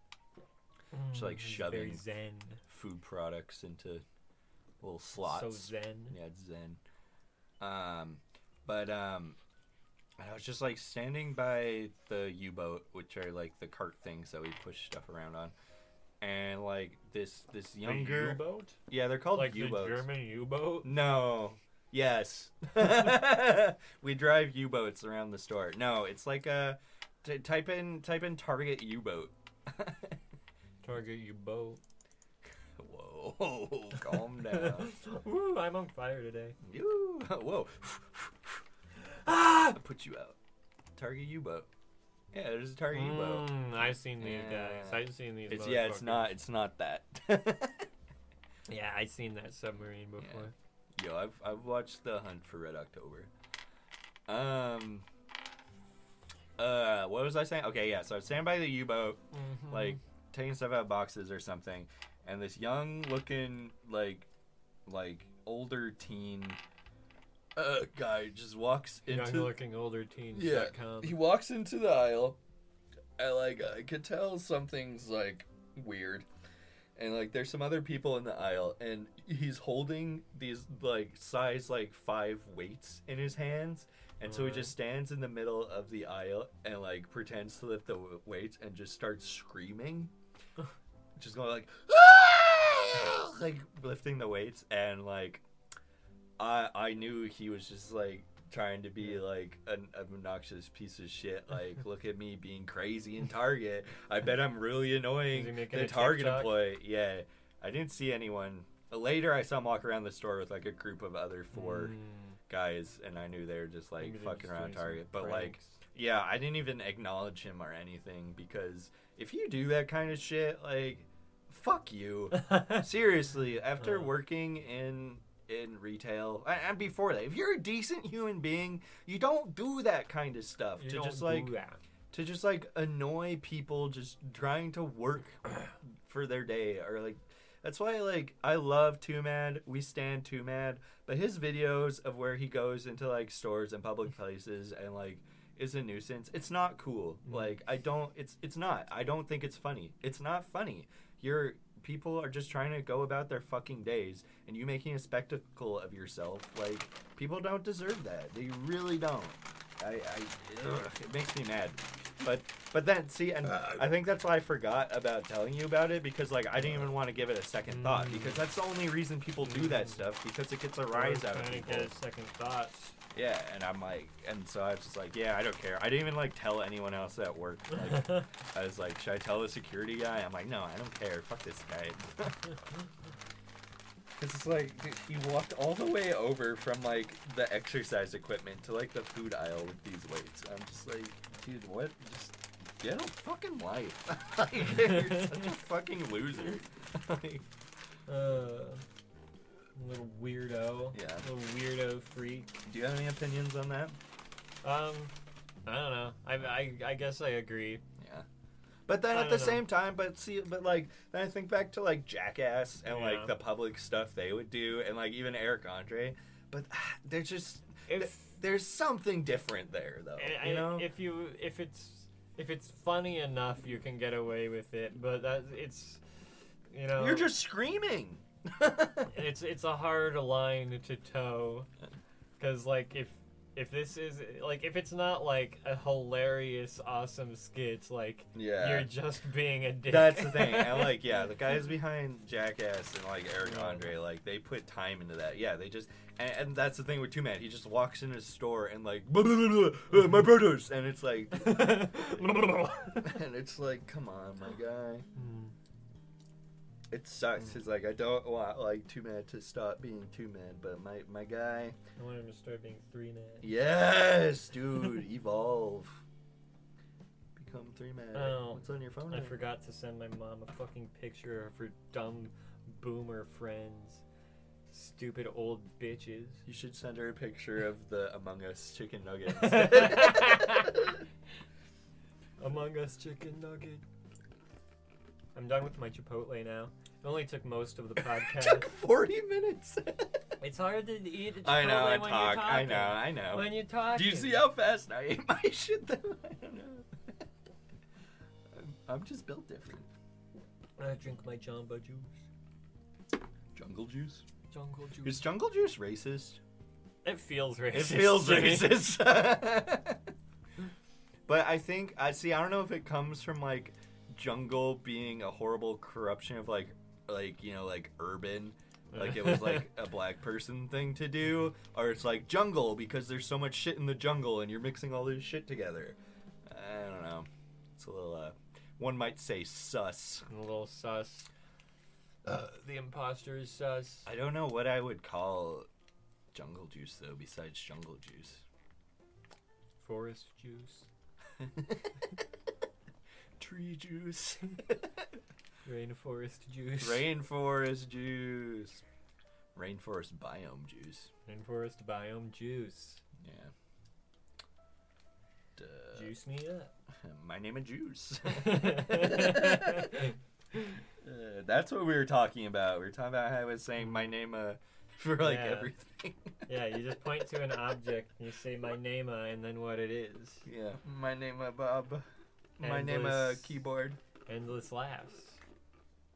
Just, like, Mm, shoving Very zen. Food products into little slots. So zen. Yeah, it's Zen. Um, but um, and I was just like standing by the U-boat, which are like the cart things that we push stuff around on, and like this this The younger U-boat? yeah they're called Like U-boats. the German U-boat? No. Yes. [LAUGHS] we drive U-boats around the store. No, it's like a t- type in type in Target U-boat. [LAUGHS] Target U-boat. Whoa, calm down. [LAUGHS] Woo, I'm on fire today. Yoo, whoa. Ah! I put you out. Target U boat. Yeah, there's a target U boat. Mm, I've seen these Yeah. guys. I've seen these. It's yeah, it's motherfuckers. not it's not that. [LAUGHS] Yeah, I've seen that submarine before. Yo, I've I've watched The Hunt for Red October. Um uh what was I saying? Okay, yeah, so I was standing by the U boat, Mhm. like taking stuff out of boxes or something, and this young looking like like older teen uh guy just walks into young looking older teens. Yeah, dot com. he walks into the aisle. I like I could tell something's like weird. And like there's some other people in the aisle and he's holding these like size like 5 weights in his hands. And so he Alright. just stands in the middle of the aisle and like pretends to lift the w- weights and just starts screaming. just going like [LAUGHS] like lifting the weights and like I I knew he was just like trying to be like an obnoxious piece of [LAUGHS] shit. Like, look at me being crazy in Target. I bet I'm really Is he annoying making the a Target TikTok? employee. Yeah, I didn't see anyone. Later, I saw him walk around the store with like a group of other four Mm, guys, and I knew they were just like maybe they're fucking just around doing some Target. But like, pranks. yeah, I didn't even acknowledge him or anything because if you do that kind of shit, like, fuck you. [LAUGHS] Seriously, after Uh. working in in retail a- and before that, if you're a decent human being, you don't do that kind of stuff You to don't just like do that. to just like annoy people just trying to work [CLEARS THROAT] for their day or like that's why like I love Too Mad. We stand Too Mad, but his videos of where he goes into like stores and public places and like is a nuisance. It's not cool. Mm. Like I don't. It's it's not. I don't think it's funny. It's not funny. You're people are just trying to go about their fucking days, and you making a spectacle of yourself. Like people don't deserve that. They really don't. I, I ugh, it makes me mad. But but then see, and Uh, I think that's why I forgot about telling you about it because like I didn't even want to give it a second thought Mm. because that's the only reason people do that Mm. stuff because it gets a rise We're out of trying to people. get second [LAUGHS] thoughts. Yeah, and I'm like, and so I was just like, yeah, I don't care. I didn't even like tell anyone else at work. Like, I was like, should I tell the security guy? I'm like, no, I don't care. Fuck this guy. Cause it's like dude, he walked all the way over from like the exercise equipment to like the food aisle with these weights. I'm just like, dude, what? Just get a fucking life. [LAUGHS] like, you're such a fucking loser. [LAUGHS] like, Uh, little weirdo. Yeah. Little weirdo freak. do you have any opinions on that? Um, I don't know. I, I, I guess I agree. Yeah. But then I at the don't know. same time, but see, but like, then I think back to like Jackass and Yeah. like the public stuff they would do, and like even Eric Andre. But ah, they're just If there's something different there, though. I- you I- know? if you if it's if it's funny enough, you can get away with it. But that, it's you know, You're just [LAUGHS] screaming. it's it's a hard line to toe because like if if this is like if it's not like a hilarious awesome skit like yeah. you're just being a dick That's the thing. [LAUGHS] And like, yeah, the [LAUGHS] guys behind Jackass and like Eric Yeah. Andre, like they put time into that. Yeah, they just and, and that's the thing with Two Man. He just walks in a store and like [LAUGHS] "Blah, blah, blah, blah, uh, my brothers, and it's [LAUGHS] like, Hmm. [LAUGHS] and it's like, come on, Oh. my guy. It Mm. sucks. It's like I don't want like Two Man to stop being Two Man, but my my guy, I want him to start being three now. yes, [LAUGHS] dude, evolve, become Three Man. Oh, What's on your phone? I right now? forgot to send my mom a fucking picture of her dumb boomer friends. Stupid old bitches. You should send her a picture of the Among Us chicken [LAUGHS] nuggets. Among Us chicken nugget. I'm done with my Chipotle now. It only took most [LAUGHS] of the It podcast. took 40 [LAUGHS] minutes. it's hard to eat. A Chipotle I know, I when talk. You're I talking. know, I know. When you're talking. Do you see how fast I ate my [LAUGHS] shit though? I don't know. I'm, I'm just built different. I drink my Jamba Juice. Jungle juice? Jungle Juice. Is jungle juice racist? it feels racist. It feels to me. racist. [LAUGHS] but I think I see. I don't know if it comes from like jungle being a horrible corruption of like, like you know, like urban. Like it was like a black person thing to do, or it's like jungle because there's so much shit in the jungle and you're mixing all this shit together. I don't know. It's a little. uh One might say sus. a little sus. the imposter is sus. Uh, I don't know what I would call jungle juice though. Besides jungle juice. Forest juice. Tree juice. Rainforest [LAUGHS] juice. Rainforest juice. Rainforest biome juice. Rainforest biome juice. Yeah. Duh. Juice me up. [LAUGHS] [LAUGHS] My name is Juice. Uh, that's what we were talking about. We were talking about how I was saying my name uh, [LAUGHS] for like Yeah. everything. [LAUGHS] yeah, you just point to an object and you say my name uh, and then what it is. yeah. My name uh, Bob. My And name uh, Liz. keyboard. Endless laughs.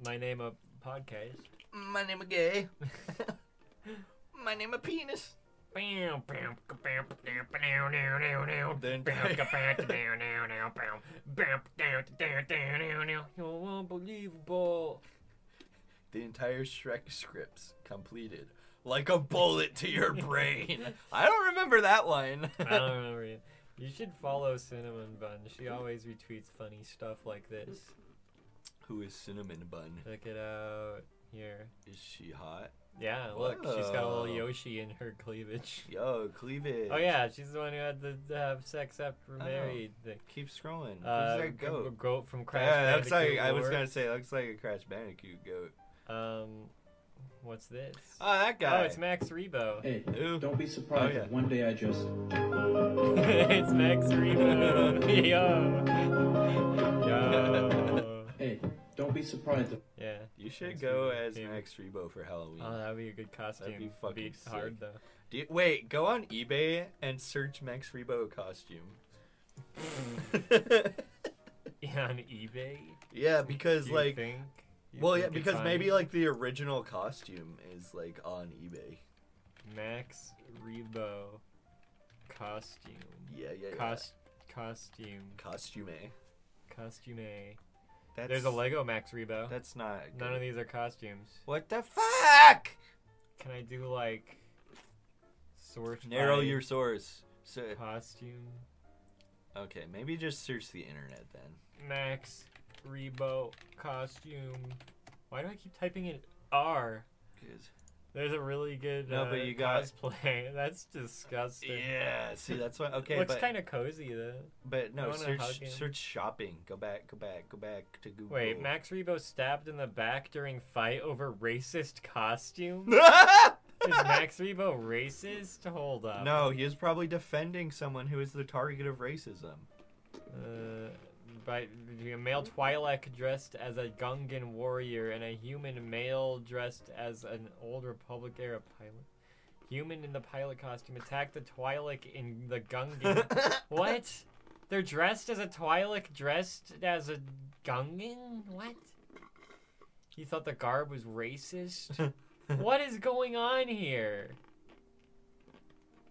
My name a podcast. My name is gay. my name is penis. Then- Unbelievable. The entire Shrek scripts completed. Like a bullet to [LAUGHS] your brain. I don't remember that line. I don't remember it. You should follow Cinnamon Bun. She always retweets funny stuff like this. [LAUGHS] Who is Cinnamon Bun? Look it out here. Is she hot? Yeah, look, she's got a Whoa. little Yoshi in her cleavage. Yo, cleavage. Oh yeah, she's the one who had the, the have sex after Oh. married. thing. Keep scrolling. Uh, looks like a goat. goat. goat from Crash Yeah, looks like Bandicoot I was lore. gonna say looks like a Crash Bandicoot goat. Um, what's this? Oh, that guy. oh, it's Max Rebo. [LAUGHS] Hey, Who? don't be surprised Oh, yeah. if one day I just. it's [LAUGHS] Max Rebo. [LAUGHS] Yo. Yo. Hey, don't be surprised if. yeah. you Max should go Rebo. as Dude. Max Rebo for Halloween. Oh, that'd be a good costume. be fucking sick. hard though. [LAUGHS] Do you- wait, go on eBay and search Max Rebo [LAUGHS] costume. [LAUGHS] Yeah, on eBay. yeah, because Do you like, think, you well, think yeah, it's because on maybe like the original costume is like on eBay. Max Rebo costume. Yeah, yeah, yeah. Cost costume costume. costume. That's, There's a Lego Max Rebo. That's not. a None good- of these are costumes. What the fuck? Can I do like sort Narrow by your source. So costume? okay, maybe just search the internet then. Max Rebo costume. Why do I keep typing in R? 'Cause- There's a really good No, uh, but you got- cosplay. [LAUGHS] That's disgusting. yeah, see that's what. Okay, Looks but kind of cozy though. but I no, wanna hug search him. search shopping. Go back, go back, go back to Google. Wait, [LAUGHS] Max Rebo stabbed in the back during fight over racist costume? Is Max Rebo racist? Hold up. no, he is probably defending someone who is the target of racism. Uh, by a male Twi'lek dressed as a Gungan warrior and a human male dressed as an old Republic era pilot. Human in the pilot costume attacked the Twi'lek in the [LAUGHS] Gungan. what? They're dressed as a Twi'lek dressed as a Gungan? What? You thought the garb was racist? [LAUGHS] what is going on here?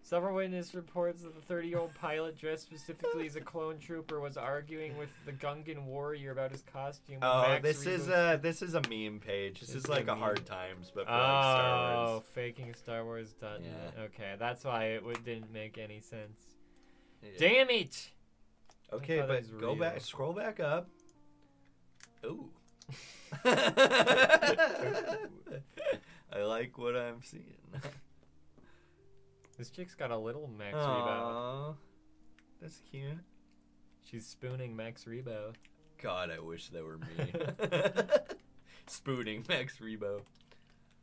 Several witness reports that the 30 year old pilot, dressed specifically as a clone trooper, was arguing with the Gungan warrior about his costume. when Oh, Max this is Rebo- a this is a meme page. This It's is like a a meme. hard times, but for like Star Oh, Wars. faking Star Wars done. Yeah. Okay, that's why it w- didn't make any sense. Yeah. Damn it! Okay, thought it was but go real. back, scroll back up. [LAUGHS] Ooh. I like what I'm seeing. This chick's got a little Max Rebo. Aww, that's cute. She's spooning Max Rebo. God, I wish that were me. [LAUGHS] Spooning Max Rebo.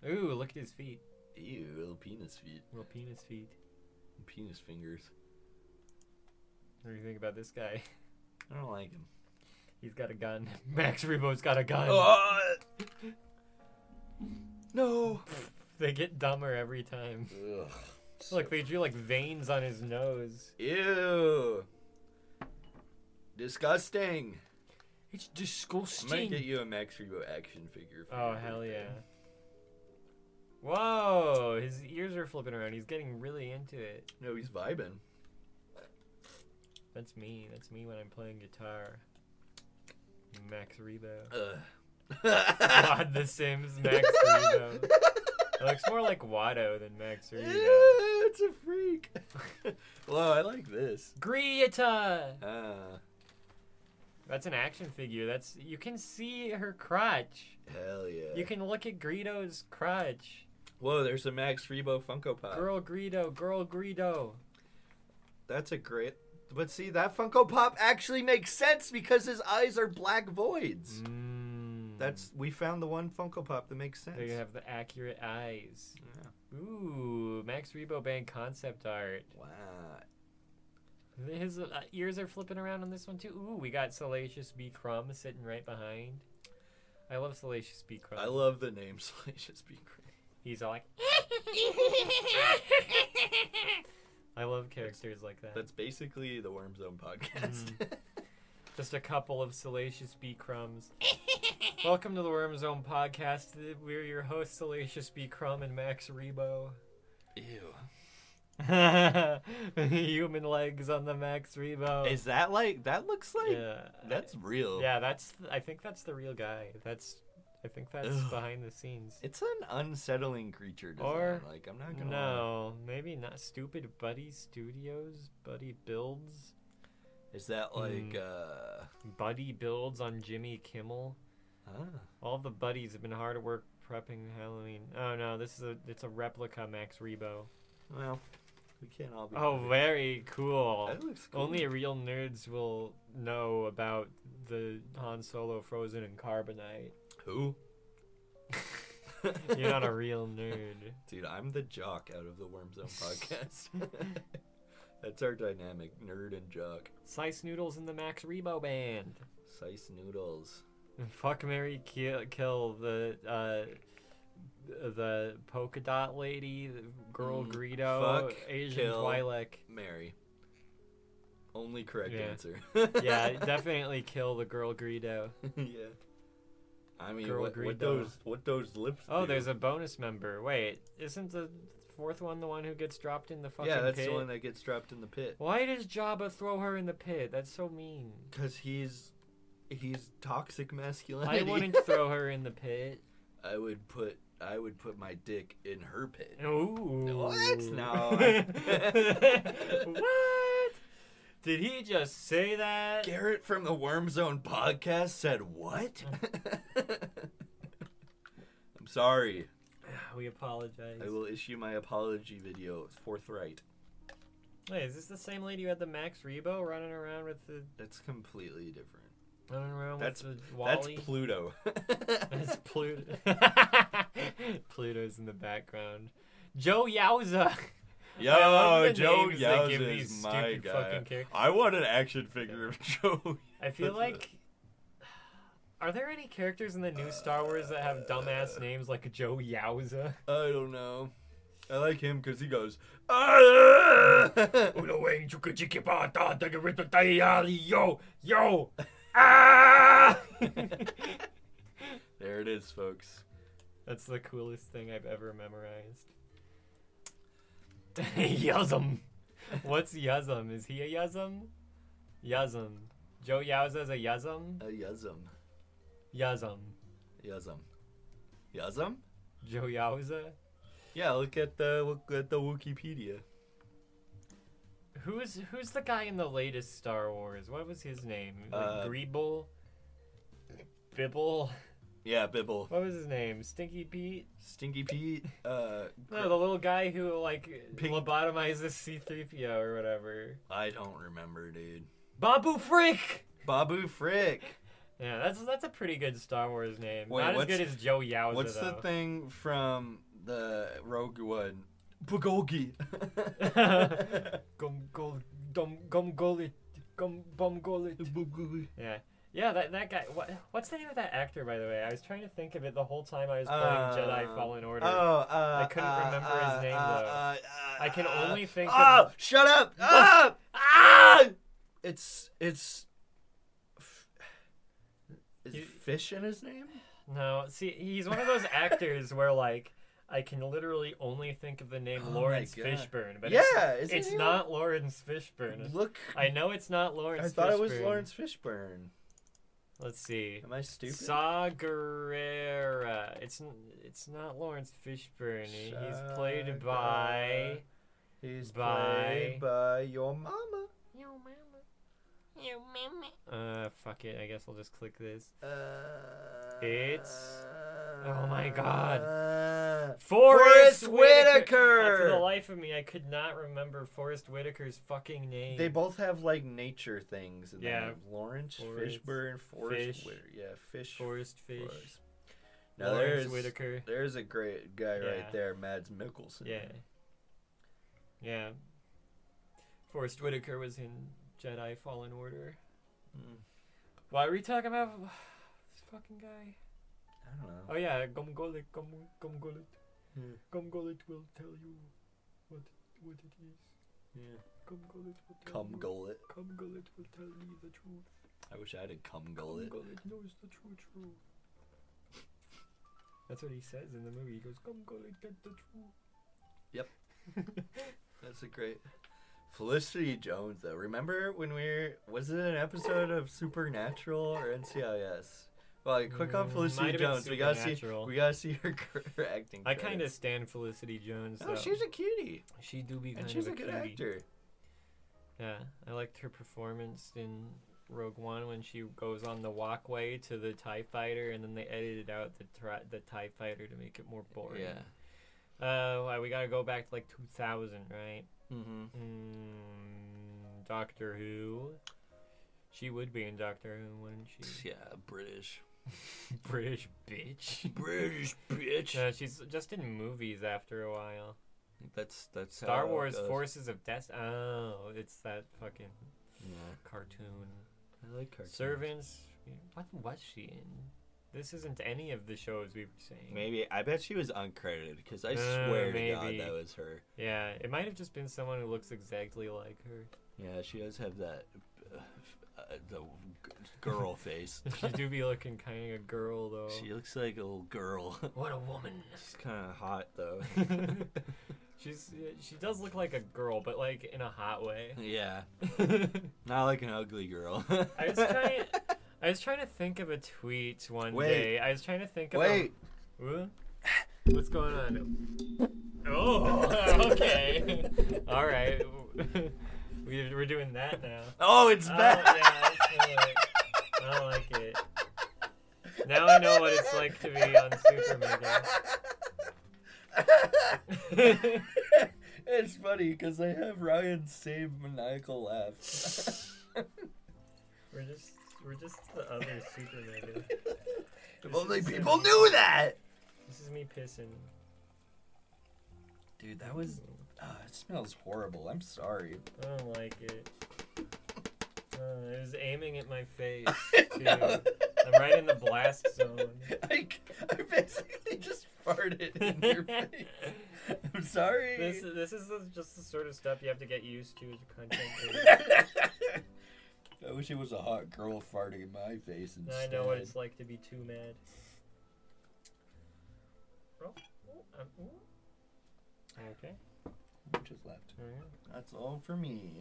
Ooh, look at his feet. Ew, little penis feet, Little penis feet. penis fingers. What do you think about this guy? [LAUGHS] I don't like him. He's got a gun. [LAUGHS] Max Rebo's got a Oh, gun. [LAUGHS] no. uh, [LAUGHS] They get dumber every time. Ugh. Look, they drew like veins on his nose. Ew. Disgusting. It's I might get disgusting. you a Max Rebo action figure. For Oh your hell birthday. yeah! Whoa, his ears are flipping around. He's getting really into it. No, he's vibing. That's me. That's me when I'm playing guitar. Max Rebo. [LAUGHS] Ugh. God, The Sims Max Rebo. It looks more like Watto than Max [LAUGHS] Rebo. Yeah, it's a freak. [LAUGHS] Whoa, I like this. Grieta. Ah, That's an action figure. That's you can see her crotch. hell yeah. You can look at Greedo's crotch. Whoa, there's a Max Rebo Funko Pop. Girl Greedo, girl Greedo. That's a great. But see, that Funko Pop actually makes sense because his eyes are black voids. Mm. That's we found the one Funko Pop that makes sense. They have the accurate eyes. Yeah. Ooh, Max Rebo Band concept art. Wow. His uh, ears are flipping around on this one too. Ooh, we got Salacious B Crumb sitting right behind. I love Salacious B Crumb. I love the name [LAUGHS] Salacious Be Great. He's [LAUGHS] all like, I love characters like that. That's basically the Worm Zone podcast. Mm. [LAUGHS] Just a couple of Salacious B Crumbs. [LAUGHS] Welcome to the Worm Zone podcast. We're your hosts, Salacious B Crumb and Max Rebo. [LAUGHS] Ew. Human legs on the Max Rebo. Is that like that looks like Oh. yeah. that's real. Yeah, that's. th- I think that's the real guy. That's. I think that's Ugh. behind the scenes. It's an unsettling creature design. Or- like I'm not gonna lie. No, maybe not. Stupid Buddy Studios, Buddy Builds, Is that like Mm. uh Buddy Builds on Jimmy Kimmel. ah, All the buddies have been hard at work prepping Halloween. Oh no, this is a. It's a replica Max Rebo. well we can't all be Oh, perfect. very cool. that looks cool. Only real nerds will know about the Han Solo Frozen and Carbonite. who? [LAUGHS] You're not a real nerd. [LAUGHS] Dude, I'm the jock out of the Worm [LAUGHS] Zone podcast. [LAUGHS] That's our dynamic, nerd and jock. Slice Noodles and the Max Rebo Band. Sice noodles. Fuck Mary kill, kill the uh, the polka dot lady, the girl Mm, Greedo, fuck, Asian kill. Twi'lek. [LAUGHS] Mary. Only correct Yeah. answer. [LAUGHS] [LAUGHS] Yeah, definitely kill the girl Greedo. yeah. I mean, Girl what, Greedo. what those what those lips? Oh, do- there's a bonus member. Wait, isn't the fourth one the one who gets dropped in the fucking yeah. That's pit? the one that gets dropped in the pit. Why does Jabba throw her in the pit? That's so mean. [LAUGHS] Because he's he's toxic masculinity. I [LAUGHS] wouldn't throw her in the pit. I would put I would put my dick in her pit. Ooh. What? No, I- [LAUGHS] what? Did he just say that? Garrett from the Worm Zone podcast said [LAUGHS] what? I'm sorry. We apologize. I will issue my apology video forthright. Wait, is this the same lady who had the Max Rebo running around with the That's completely different. running around That's- with the Wally? That's [LAUGHS] Pluto. [LAUGHS] That's Pluto. [LAUGHS] [LAUGHS] Pluto's in the background. Joe Yowza. I love Yo, the Joe names they give Yowza these is my stupid fucking guy. characters. I want an action figure of [LAUGHS] Joe. I feel Yowza. like. Are there any characters in the new Star Wars that have dumbass names like Joe Yowza? I don't know. I like him because he [LAUGHS] goes. "Ah!" Oh, Yo, yo, [LAUGHS] ah! [LAUGHS] there it is, folks. That's the coolest thing I've ever [LAUGHS] memorized. Yazum. What's Yazum? Is he a Yazum? Yazum. Joe Yowza's a Yazum? A Uh, yuzum. Yazum. Yuzum. Yuzum? Joe Yowza? Yeah, look at the look at the Wikipedia. Who's who's the guy in the latest Star Wars? What was his name? Like Uh, Greeble? Bibble? Yeah, Bibble. What was his name? Stinky Pete? Stinky Pete. [LAUGHS] Uh, No, the little guy who like Pink- lobotomizes C3PO or whatever. I don't remember, dude. Babu Frick! Babu Frick. Yeah, that's that's a pretty good Star Wars name. Wait, Not as what's- good as Joe Yowza. What's the though. [LAUGHS] thing [LAUGHS] from the Rogue One? Bugolgi. Gum gol dum gum golit gum bum golit. Bugolgi. Yeah, Yeah, that that guy. What, what's the name of that actor, by the way? I was trying to think of it the whole time I was playing Jedi Uh, Fallen Order. Oh, uh, I couldn't uh, remember his uh, name, uh, though. uh, I can uh, only think Oh, of- [LAUGHS] shut up! Ah! ah! It's it's. f- Is You- fish in his name? No, see, he's one of those actors where like I can literally only think of the name Oh my Lawrence God. Fishburne, but Yeah, it's, isn't it's he- not Lawrence Fishburne. Look, I know it's not Lawrence. I thought Fishburne. it was Lawrence Fishburne. Let's see. Am I stupid? Saw Gerrera. It's n- it's not Lawrence Fishburne. He- He's Saw played by. He's by- played by your mama. Uh, fuck it. I guess I'll just click this. Uh, It's- oh my God. Uh, Forrest Forrest Uh, Whitaker. For Whitaker! the life of me, I could not remember Forrest Whitaker's fucking name. They both have like nature things. And yeah. Yeah. Lawrence Forrest, Fishburne, Forrest Fish. Whitaker. Yeah, Fish. Forrest Fish. Forrest. Now Lawrence there's Whitaker. there's a great guy Yeah. right there, Mads Mikkelsen. Yeah. Yeah. Forrest Whitaker was in Jedi Fallen Order. Mm, Why are we talking about this fucking guy? I don't know. Oh yeah, Gomgolit, Gom Gomgolit, Yeah. Gomgolit will tell you what what it is. Yeah. Gomgolit will tell Cum you. gullet. Gomgolit will tell you the truth. I wish I had a cum gullet. Gomgolit knows the true truth. That's what he says in the movie. He goes, Gomgolit get the truth. That's a great. Felicity Jones, though. Remember when we were. Was it an episode of Supernatural or NCIS? Well, like, click on Mm, Felicity might have been Jones. We gotta see. Supernatural. We gotta see her, her [LAUGHS] acting. I kind of credits. stand Felicity Jones. Oh, though. she's a cutie, she do be kind and she's of a a, good cutie. actor. Yeah, I liked her performance in Rogue One when she goes on the walkway to the Tie Fighter, and then they edited out the tri- the Tie Fighter to make it more boring. Uh, well, we gotta go back to like 2000, right? Mm-hmm. Mm, Doctor Who. She would be in Doctor Who, wouldn't [LAUGHS] she? Yeah, British. British bitch. [LAUGHS] British bitch. No, she's just in movies after a while. That's that's how Star it Wars goes. Forces of Destiny. Oh, it's that fucking Yeah. cartoon. I like cartoons. Servants. What was she in? This isn't any of the shows we were saying. Maybe I bet she was uncredited because I Uh, swear to God maybe. that was her. Yeah, it might have just been someone who looks exactly like her. [LAUGHS] Yeah, she does have that uh, uh, the g- girl face. [LAUGHS] She do be looking kind of a girl though. she looks like a little girl. [LAUGHS] [LAUGHS] what a woman. [LAUGHS] She's kind of hot though. She's yeah, she does look like a girl, but like in a hot way. [LAUGHS] yeah, I not like an ugly girl. was [LAUGHS] trying. I was trying to think of a tweet one Wait. day. I was trying to think of Wait, Huh? What's going on? Oh, [LAUGHS] okay. All right. [LAUGHS] We, we're doing that now. oh, it's Oh, back. yeah, I feel it. I don't like it. [LAUGHS] Now I know what it's like to be on Super Mega. it's funny because I have Ryan's same maniacal laugh. we're just we're just the other Super Mega. if This only is, uh, people knew that. This is me pissing. Dude, that was. Uh, it smells horrible. I'm sorry. I don't like it. Uh, it was aiming at my [LAUGHS] face. Dude, No. I'm right in the blast zone. I, I basically just farted [LAUGHS] [LAUGHS] in your face. I'm sorry. This this is the- just the sort of stuff you have to get used to as a [LAUGHS] content creator. [LAUGHS] I wish it was a hot girl farting in my face Now instead. I know what it's like to be too mad. Oh, oh, um, oh. Okay. Just left. all right. That's all [LAUGHS] for me.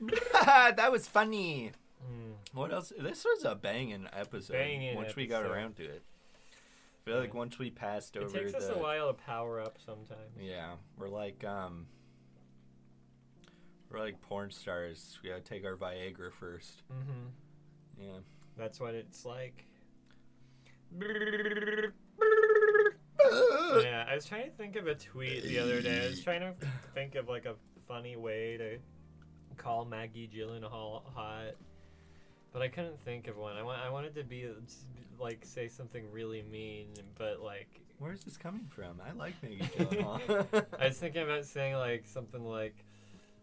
that was funny. Mm. What else? This was a banging episode. Banging once we got episode. around to it, I feel like Yeah. once we passed It over takes the us a while to power up sometimes. yeah, we're like um, we're like porn stars. We gotta take our Viagra first. hmm Yeah. That's what it's like. [LAUGHS] yeah, I was trying to think of a tweet the other day. I was trying to think of like a funny way to call Maggie Gyllenhaal hot, but I couldn't think of one. I want I wanted to be like say something really mean, but like Where's this coming from? I like Maggie Gyllenhaal. [LAUGHS] I was thinking about saying like something like,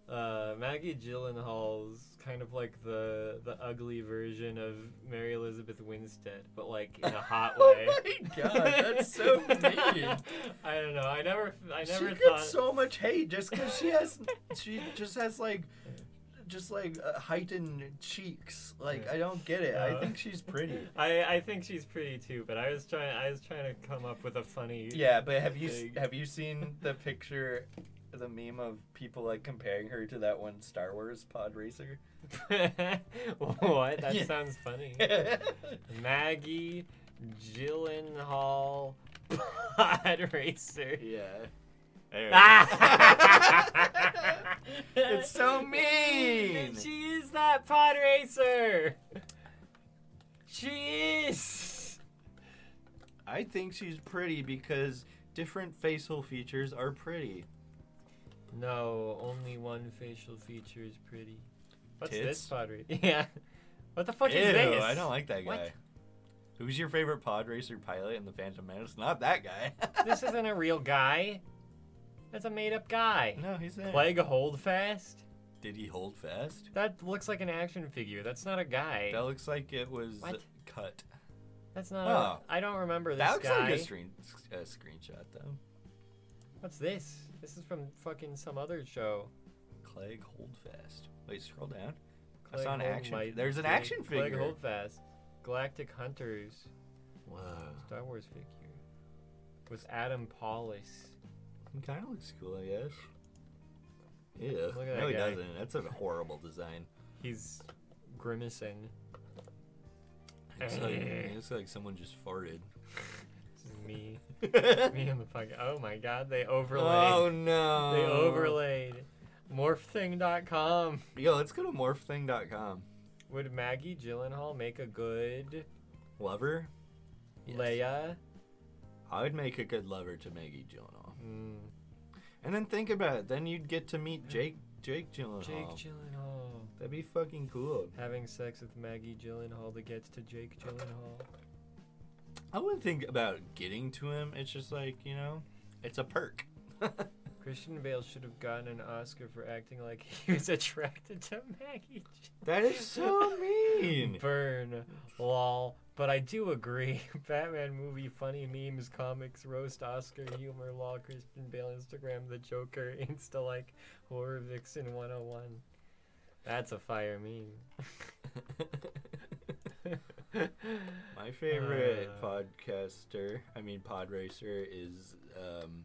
uh, Maggie Gyllenhaal's kind of like the the ugly version of Mary Elizabeth Winstead, but like in a hot [LAUGHS] Oh way. my god, that's so [LAUGHS] mean. I don't know. I never, I She never thought. gets so much hate just because she has, she just has like, just like uh, heightened cheeks. Like I don't get it. I No. think she's [LAUGHS] pretty. I, I think she's pretty too, but I was trying, I was trying to come up with a funny. Yeah, but have you s- Big. have you seen the picture, the meme of people like comparing her to that one Star Wars pod racer? [LAUGHS] [LAUGHS] what? That Yeah. sounds [LAUGHS] funny. Maggie Gyllenhaal [LAUGHS] pod racer. yeah. There it Ah! Ah! [LAUGHS] It's [LAUGHS] so mean. She is that pod racer. She is. I think she's pretty because different facial features are pretty. No, only one facial feature is pretty. What's this Tits? pod racer? [LAUGHS] Yeah. What the fuck Ew, is this? I don't like that guy. What? Who's your favorite pod racer pilot in the Phantom Menace? Not that guy. this isn't a real guy. That's a made up guy. no, he's there. Plague Holdfast? Did he hold fast? That looks like an action figure. That's not a guy. That looks like it was What? cut. That's not. Oh. A, I don't remember this That looks guy. like a screen a screenshot though. What's this? This is from fucking some other show. Clegg Holdfast. Wait, scroll down. I Clegg saw an Hold action. Might- There's an Clegg- action Clegg figure. Holdfast, Galactic Hunters, Whoa. Star Wars figure, with Adam Paulus. He kind of looks cool, I guess. Ew. at that no, he guy. doesn't. That's a horrible [LAUGHS] design. He's grimacing. It's like, it looks like someone just [LAUGHS] farted. This is me, [LAUGHS] me and the fucking. Oh my god, they overlaid. Oh no! They overlaid. Morphthing.com. Yo, let's go to morphthing.com. Would Maggie Gyllenhaal make a good Lover. Yes. Leia? I would make a good lover to Maggie Gyllenhaal. Mm. And then think about it. Then you'd get to meet Jake Jake Gyllenhaal. Jake Gyllenhaal. That'd be fucking cool. Having sex with Maggie Gyllenhaal that gets to Jake Gyllenhaal. I wouldn't think about getting to him. It's just like you know, it's a perk. Christian Bale should have gotten an Oscar for acting like [LAUGHS] he was attracted to Maggie. [LAUGHS] That is [LAUGHS] so mean. Gyllenhaal. Burn. Lol. But I do agree. [LAUGHS] Batman movie, funny memes, comics, roast, Oscar humor, lol, Christian Bale, Instagram, The Joker, [LAUGHS] Insta like, horror vixen 101. That's a fire meme. My favorite Uh. podcaster, I mean pod racer, is um,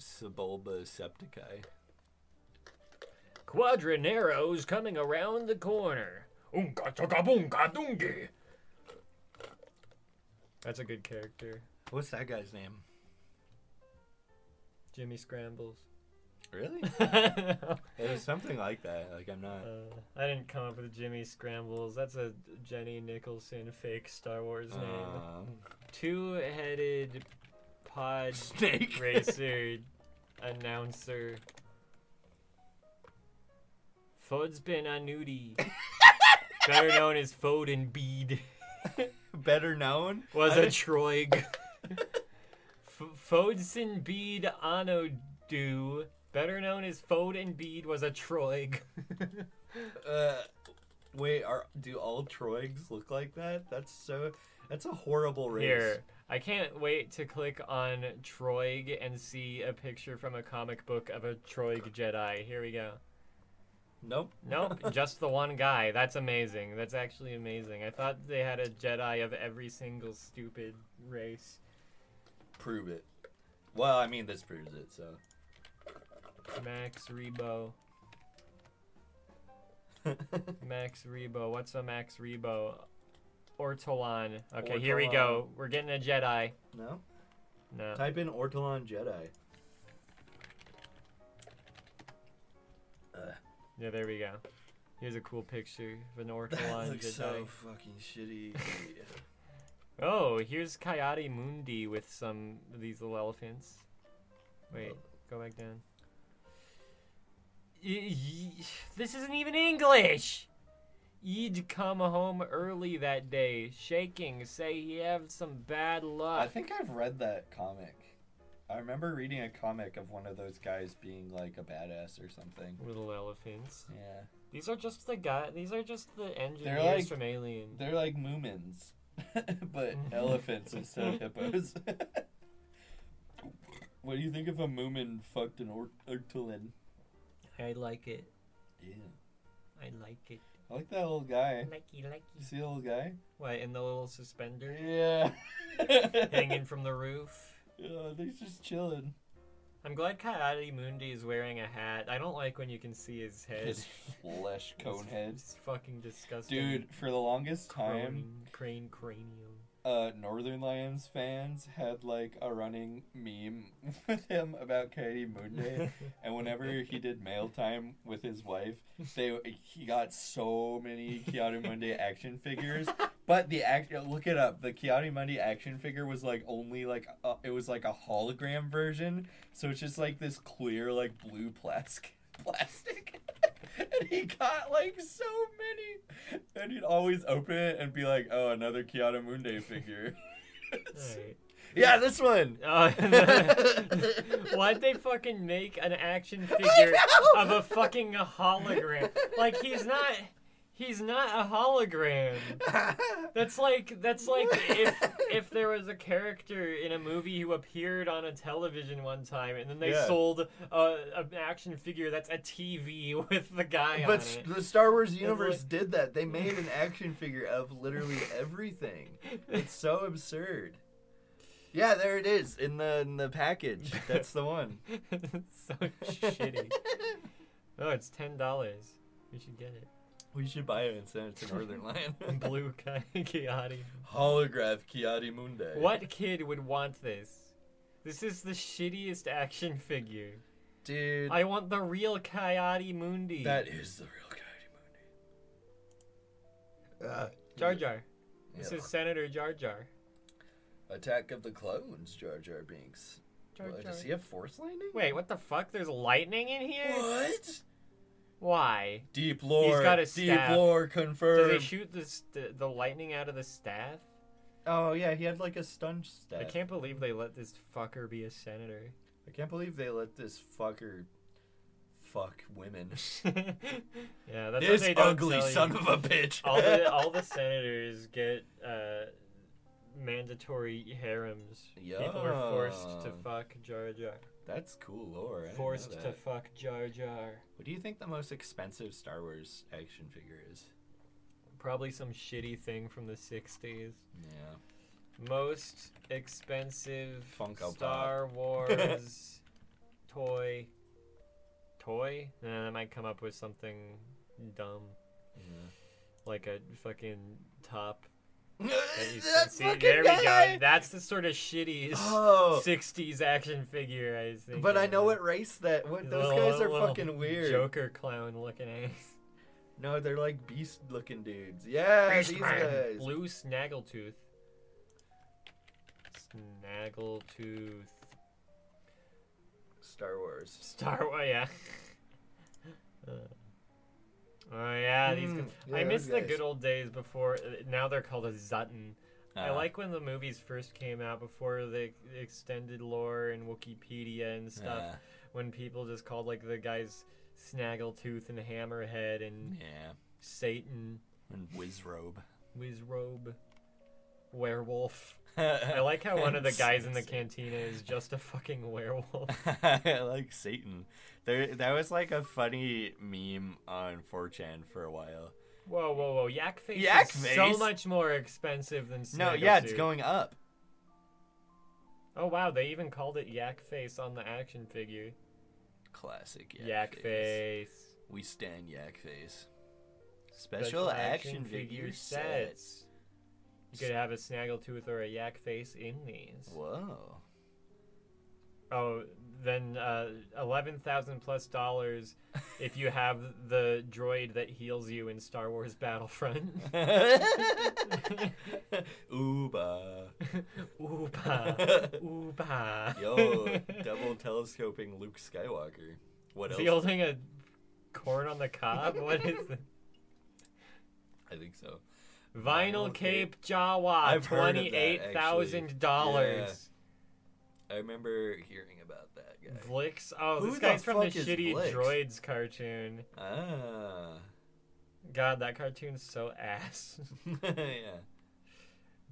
Sebulba Septicai. Quadranero's coming around the corner. Oonga chugga boonga doongi. That's a good character. What's that guy's name? Jimmy Scrambles. [LAUGHS] Really? uh, it was something like that. Like I'm not. I didn't come up with Jimmy Scrambles. That's a Jenny Nicholson fake Star Wars name. Um, Two headed pod snake [LAUGHS] racer announcer. Fodspin Anudi. Better known as Foden Bead. Better known. was a Troig. [LAUGHS] F- Fodson Bede Anodu, better known as Foden Bede, was a Troig. [LAUGHS] Uh, wait, are do all Troigs look like that? That's so. That's a horrible race. Here. I can't wait to click on Troig and see a picture from a comic book of a Troig Jedi. Here we go. Nope. Nope, just the one guy. That's amazing. That's actually amazing. I thought they had a Jedi of every single stupid race. Prove it. Well, I mean, this proves it. So. Max Rebo. Max Rebo. What's a Max Rebo? Ortolan. Okay, here we go. We're getting a Jedi. no. No. Type in Ortolan Jedi. Yeah, there we go. Here's a cool picture of an Ortolan Jedi. fucking shitty. [LAUGHS] Oh, here's Coyote Mundi with some of these little elephants. Wait, go back down. Y- y- This isn't even English! Ye'd come home early that day, shaking, say he have some bad luck. I think I've read that comic. I remember reading a comic of one of those guys being like a badass or something. Little elephants. Yeah. These are just the guy. These are just the engineers like- from Alien. They're like moomins, [LAUGHS] [LAUGHS] but Mhm. elephants instead of hippos. [LAUGHS] what do you think if a moomin fucked an or- ortolan? I like it. Yeah. I like it. I like that little guy. Likey, You likey. see the little guy? Why? And the [LAUGHS] little suspender Yeah. hanging from the roof. Yeah, they're just chilling. I'm glad Coyote Mundi is wearing a hat. I don't like when you can see his head. His flesh cone It's- head. It's fucking disgusting. Dude, for the longest time, Crane, crane cranium. uh, Northern Lions fans had like a running meme [LAUGHS] with him about Katie Moonday. and whenever he did mail time with his wife, they he got so many Keanu Monday action [LAUGHS] figures. But the act, look it up. The Keanu Monday action figure was like only like uh, it was like a hologram version, so it's just like this clear like blue plastic, [LAUGHS] plastic. [LAUGHS] and he got like so many, and he'd always open it and be like, "Oh, another Keanu Monday figure." [LAUGHS] Alright. Yeah, this [LAUGHS] one. [LAUGHS] Uh, why'd they fucking make [LAUGHS] an action figure know! of a fucking hologram? Like he's not he's not a hologram. That's like that's like if [LAUGHS] if there was a character in a movie who appeared on a television one time and then they Yeah. sold a, an action figure that's a TV [LAUGHS] with the guy on But s- it. the Star Wars like- universe did that. They made an action figure of [LAUGHS] literally everything. It's so absurd. Yeah, there it is in the in the package. That's the one. so [LAUGHS] [LAUGHS] shitty. Oh, it's ten dollars. We should get [LAUGHS] it. We should buy it and send it to Northern Lion. Blue Ki- Kiati. Holograph Kiadi Munde. What kid would want this? This is the shittiest action figure. Dude, I want the real Coyote Mundi. That is the real Coyote Mundi. uh, Jar Jar. This yeah. is Senator Jar Jar. Attack of the Clones, Jar Jar Binks. Jar What, Jar. Does he have force lightning? Wait, what the fuck? There's lightning in here? What? Why? Deep lore. got a staff. Deep lore Do confirmed. they shoot the, st- the lightning out of the staff? Oh yeah, he had like a stun I stat. can't believe they let this fucker be [LAUGHS] a senator. I can't believe they let this fucker fuck women. [LAUGHS] yeah, that's what this they don't ugly tell you. son of a bitch. all [LAUGHS] the all the senators get uh, mandatory harems. People are forced to Yeah. fuck Jar Jar. That's cool lore. I didn't know Forced to that. fuck Jar Jar. What do you think the most expensive Star Wars action figure is? Probably some shitty thing from the '60s. [LAUGHS] Yeah. Most expensive Funko Pop. Star [LAUGHS] Wars toy. Toy? Nah, that might come up with something dumb, like a fucking top. [LAUGHS] That you can see. There we go. That's the sort of shitty Oh. 60s action figure I think. But I know what race that. What those guys are fucking weird. Joker clown looking ass. No, they're like beast looking dudes. Yeah, [LAUGHS] these guys. Blue snaggletooth. Snaggletooth. Star Wars. Star Wars, [LAUGHS] yeah. Uh, Oh yeah, these. Mm, guys- yeah, I miss those the guys. good old days before. uh, Now they're called a Zutton. I Uh, like when the movies first came out before the extended lore and Wikipedia and stuff. uh, when people just called like the guys Snaggletooth and Hammerhead and yeah. Satan, And Wizrobe. Wizrobe, Werewolf. I like how one of the [LAUGHS] guys in the cantina is just a fucking werewolf. I [LAUGHS] like Satan. There, that was like a funny meme on 4chan for a while. Whoa, whoa, whoa! Yak face Yak is so face? much more expensive than Snaggletooth. No, yeah, it's going up. Oh wow, they even called it Yak face on the action figure. Classic Yak, yak, face. We stand yak face. Special action figure sets. You could have a Snaggletooth or a Yak face in these. Whoa. [LAUGHS] Oh, then uh, eleven thousand plus dollars [LAUGHS] if you have the droid that heals you in Star Wars Battlefront. [LAUGHS] [LAUGHS] Uba. [LAUGHS] Oopa, oopa. Yo, double telescoping Luke Skywalker. What [LAUGHS] Is else? he holding a corn on the cob? [LAUGHS] What is it? I think so. Vinyl Vinyl Cape Cape. Jawa, I've heard of that, twenty-eight thousand dollars. I remember hearing about that guy. Vlix. Oh, Who this the guy's from the fuck is shitty Vlix? droids cartoon. Ah, [LAUGHS] God, that cartoon's so ass. [LAUGHS] yeah.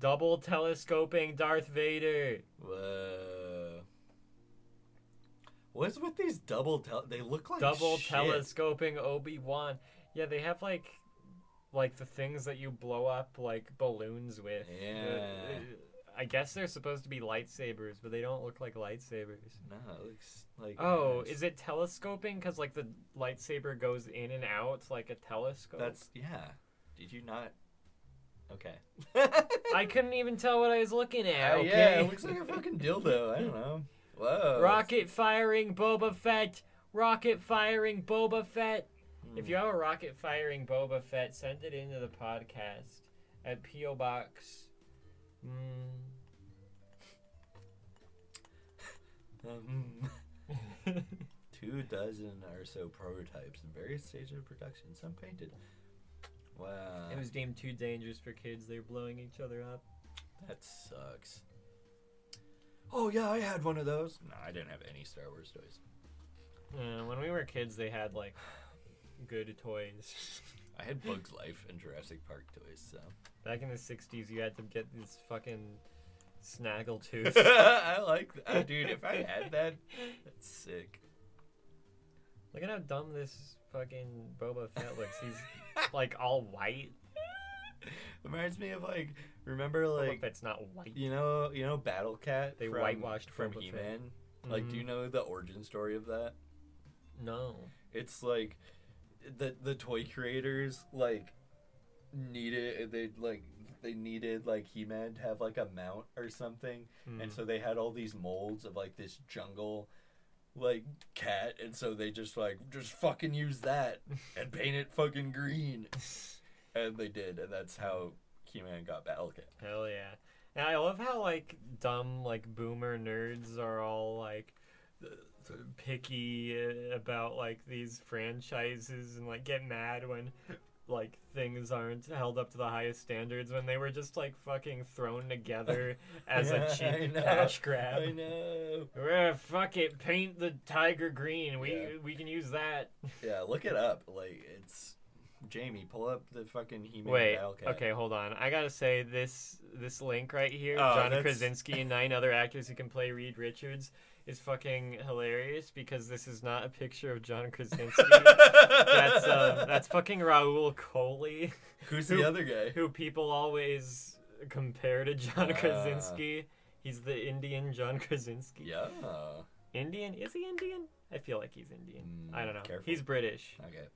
Double telescoping Darth Vader. Whoa. What's Uh, with these double tel? They look like Double shit. telescoping Obi Wan. Yeah, they have like, like the things that you blow up like balloons with. Uh, Yeah. I guess they're supposed to be lightsabers, but they don't look like lightsabers. No, it looks like. Oh, nice. is it telescoping? Because like the lightsaber goes in and out like a telescope. That's yeah. Did you not? Okay. [LAUGHS] I couldn't even tell what I was looking at. Uh, okay. Yeah, it looks like a fucking dildo. I don't know. Whoa. Rocket firing Boba Fett. Rocket firing Boba Fett. If you have a rocket firing Boba Fett, send it into the podcast at PO Box. Mm. Um, [LAUGHS] two dozen or so prototypes in various stages of production, some painted. Wow. it was deemed too dangerous for kids. They were blowing each other up. That sucks. Oh yeah, I had one of those. No, I didn't have any Star Wars toys. Uh, when we were kids, they had like [SIGHS] good toys. [LAUGHS] I had Bugs Life and Jurassic Park toys, so Back in the '60s, you had to get these fucking [LAUGHS] snaggletooth. I like that. Oh, Dude, if I had that, that's sick. Look at how dumb this fucking Boba Fett looks. He's like all white. Reminds me of like remember Boba like Fett's not white. you know you know Battle Cat They from, whitewashed from Boba Fett. He Man? Like do you Mhm. know the origin story of that? No. It's like the the toy creators like needed they like they needed like He-Man to have like a mount or something, Hmm. and so they had all these molds of like this jungle like cat, and so they just like just fucking use [LAUGHS] that and paint it fucking green, and they did, and that's how He-Man got Battle Cat. Hell yeah. And I love how like dumb like boomer nerds are all like th- picky uh, about like these franchises and like get mad when like things aren't held up to the highest standards when they were just like fucking thrown [LAUGHS] together as Yeah, a I cheap know. cash grab. I know. Uh, fuck it, paint the tiger green. We Yeah. we can use that. Yeah, look it up. Like it's Jamie, pull up the fucking He-Man Wait, Battle Cat. okay, hold on. I gotta say this this link right here, Oh, John that's- Krasinski and nine other actors who can play Reed Richards, is fucking hilarious because this is not a picture of John Krasinski. [LAUGHS] that's uh, that's fucking Raul Coley, Who's Who- the other guy? who people always compare to John Ah. Krasinski. He's the Indian John Krasinski. Yeah. Indian? Is he Indian? I feel like he's Indian. Mm, I don't know. careful. He's British. Okay.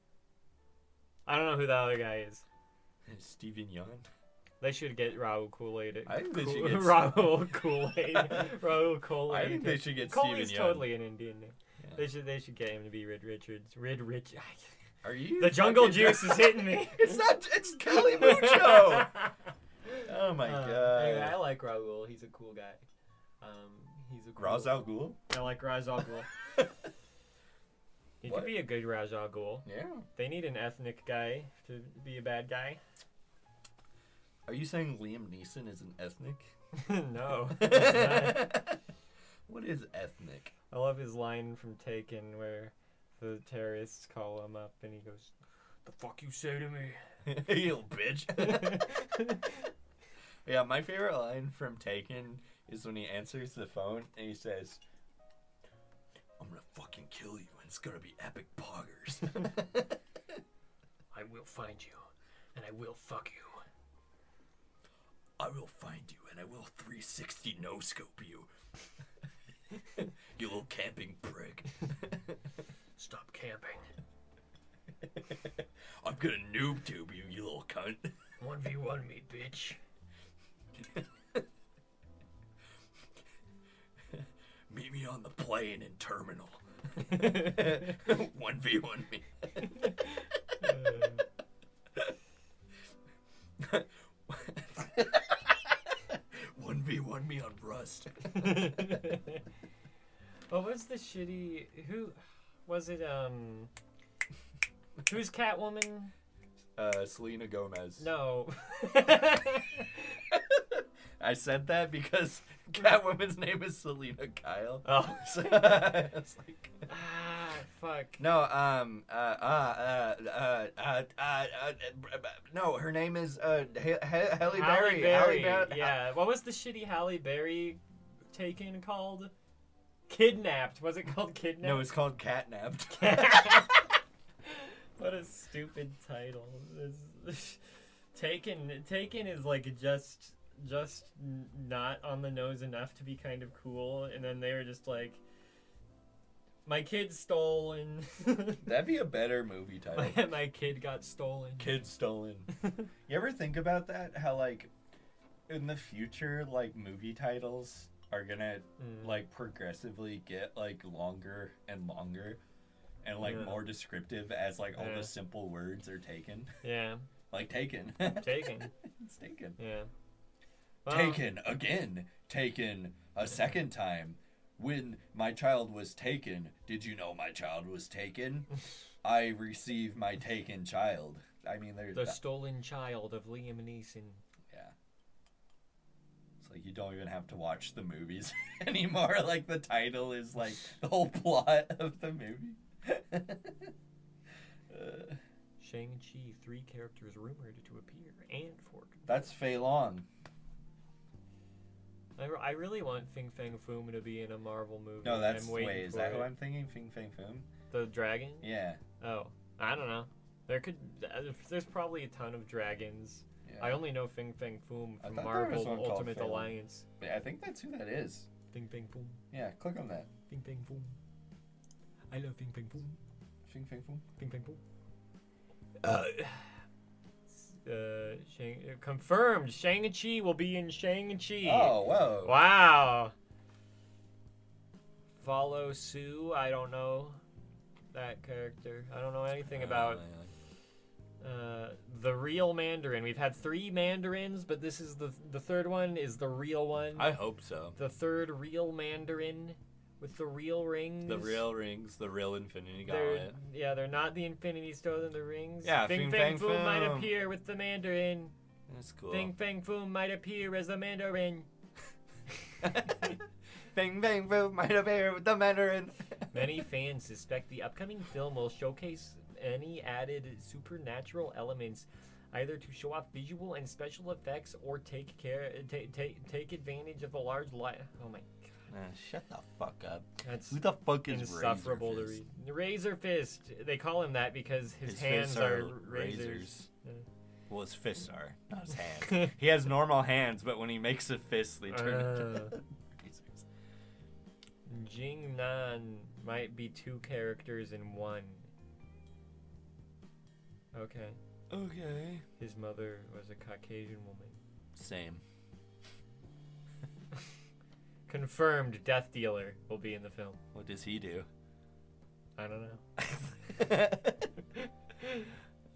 [LAUGHS] I don't know who the other guy is. Steven Young. They should get Raul Kool-Aid. I think they Kool- should [LAUGHS] get- Raul Kool-Aid. [LAUGHS] Raul Kool-Aid. I think they should get Kool-Aid's Steven Yeun. totally an Indian name. Yeah. They should they should get him to be Rid Richards. [LAUGHS] Rid Rich. [LAUGHS] Are you the jungle fucking- juice is hitting me. [LAUGHS] It's not. It's [LAUGHS] Kelly Mucho. oh my god. Anyway, Uh, I like Raul. He's a cool guy. Um, he's a cool. Ra's al Ghul. I like Ra's al Ghul. He [LAUGHS] What? could be a good Ra's al Ghul. Yeah. They need an ethnic guy to be a bad guy. [LAUGHS] Are you saying Liam Neeson is an ethnic? [LAUGHS] no. he's not. what is ethnic? [LAUGHS] I love his line from Taken where the terrorists call him up and he goes, [LAUGHS] "The fuck you say to me?" you little bitch. [LAUGHS] yeah, my favorite line from Taken is when he answers the phone and he says, "I'm gonna fucking kill you, and it's gonna be epic poggers." [LAUGHS] I will find you, and I will fuck you. I will find you and I will 360 no scope you. [LAUGHS] you little camping prick. Stop camping. I'm gonna noob tube you, you little cunt. One v one me, bitch. Meet me on the plane in terminal. [LAUGHS] 1v1 me. [LAUGHS] One v one me on Rust. what was the shitty? Who was it? Um, who's Catwoman? Uh, Selena Gomez. No. I sent that because [LAUGHS] Catwoman's name is Selena Kyle. [LAUGHS] [LAUGHS] Oh. So, I was like, ah, fuck. no, um, uh, uh, uh, uh, uh, uh, uh, no, her name is uh, Ha- Ha- Halle Berry. Halle Berry, Berry. Yeah. What was the shitty Halle Berry taken called? Kidnapped. Was it called Kidnapped? No, it's called Catnapped. [LAUGHS] what a stupid title. This- [LAUGHS] Taken Taken is like just just n- not on the nose enough to be kind of cool and then they were just like my kid stolen. [LAUGHS] [LAUGHS] That'd be a better movie title. my, my kid got stolen. Kid [LAUGHS] stolen. You ever think about that? How like in the future, like movie titles are gonna Mm. like progressively get like longer and longer and like Yeah. more descriptive as like all Yeah. the simple words are taken. [LAUGHS] yeah, Like taken. Taken. [LAUGHS] it's taken. yeah. Well, Taken again. Taken a second time. When my child was taken, did you know my child was [LAUGHS] taken? I received my taken child. I mean, there's The that- stolen child of Liam Neeson. Yeah. It's like you don't even have to watch the movies [LAUGHS] anymore. Like the title is like the whole [LAUGHS] plot of the movie. [LAUGHS] Uh, Shang-Chi, three characters rumored to appear, and four. that's Fei Long. I, re- I really want Fing Fang Foom to be in a Marvel movie. No, that's I'm waiting wait. Is for that it. who I'm thinking? Fing Fang Foom. The dragon? Yeah. Oh, I don't know. There could, uh, there's probably a ton of dragons. yeah. I only know Fing Fang Foom I from thought there was Marvel one called Ultimate Fang. Alliance. But I think that's who that is. Fing Fang Foom, Yeah. Click on that. Fing Fang Foom. I love Fing Fang Foom, Fing Fang Foom. Fing Fang Foom. Uh, uh, Shang, uh, confirmed. Shang-Chi will be in Shang-Chi. Oh whoa. Wow. Follow Sue. I don't know that character. I don't know anything Oh, about uh, the real Mandarin. We've had three Mandarins, but this is the the third one is the real one. I hope so. the third real Mandarin with the real rings. The real rings, the real Infinity They're, Gauntlet. yeah, they're not the Infinity Stone and the rings. Yeah, Fing Fing Fang Fang Foom might Foom. appear with the Mandarin. That's cool. [LAUGHS] [LAUGHS] Fing Fang Foom might appear as the Mandarin. Fing Fang Foom might appear with the Mandarin. Many fans suspect the upcoming film will showcase any added supernatural elements, either to show off visual and special effects or take care take take, take advantage of the large light. Oh my, Uh, shut the fuck up. that's Who the fuck is insufferable to Razor Fist? read. Razor Fist. They call him that because his, His hands fists are, are razors. razors. Yeah. Well, his fists are, not his hands. he has normal hands, but when he makes a fist, they turn Uh. into razors. Jing Nan might be two characters in one. Okay, Okay. his mother was a Caucasian woman. Same. Confirmed Death Dealer will be in the film. What does he do? [LAUGHS] I don't know. The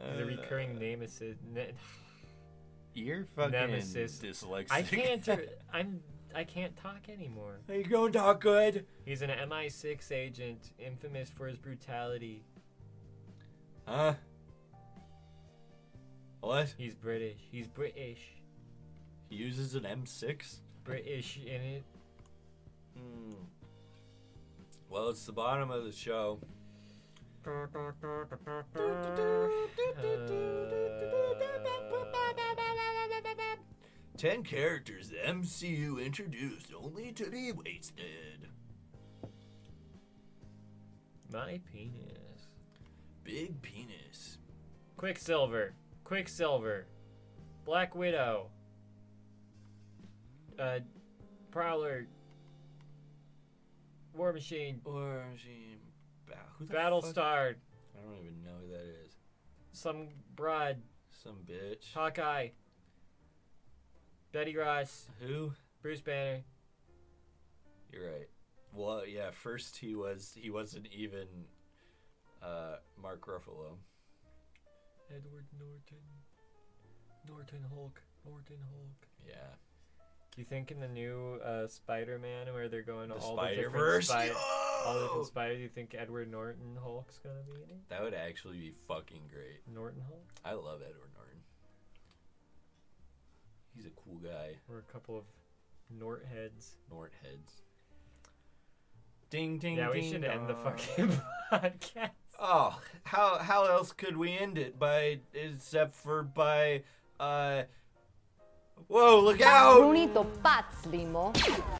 Uh, recurring nemesis. Ne- You're fucking Nemesis. dyslexic. I can't. [LAUGHS] [LAUGHS] Er, I'm. I can't talk anymore. you going talk good? He's an MI6 agent, infamous for his brutality. Huh? What? He's British. He's British. He uses an M6? British in it. Hmm. Well, it's the bottom of the show. Uh, Ten characters the MCU introduced only to be wasted. my penis. Big penis. Quicksilver, Quicksilver, Black Widow, uh, Prowler, War Machine, Or she. Ba- Who the fuck- Battlestar, I don't even know who that is. some broad, Some bitch. Hawkeye, Betty Ross, Who? Bruce Banner. You're right. Well, yeah. First, he was he wasn't even uh, Mark Ruffalo. Edward Norton, Norton Hulk, Norton Hulk. Yeah. Do you think in the new uh, Spider-Man where they're going to The all the Spider different Verse. spi- all the different spiders, do you think Edward Norton Hulk's gonna be in it? That would actually be fucking great. Norton Hulk. I love Edward Norton. He's a cool guy. We're a couple of Nort heads. Nort heads. Ding ding. yeah, we ding, should end the dong. fucking [LAUGHS] podcast. Oh, how how else could we end it by except for by uh. Whoa! Look out! Brunito Pazlimo.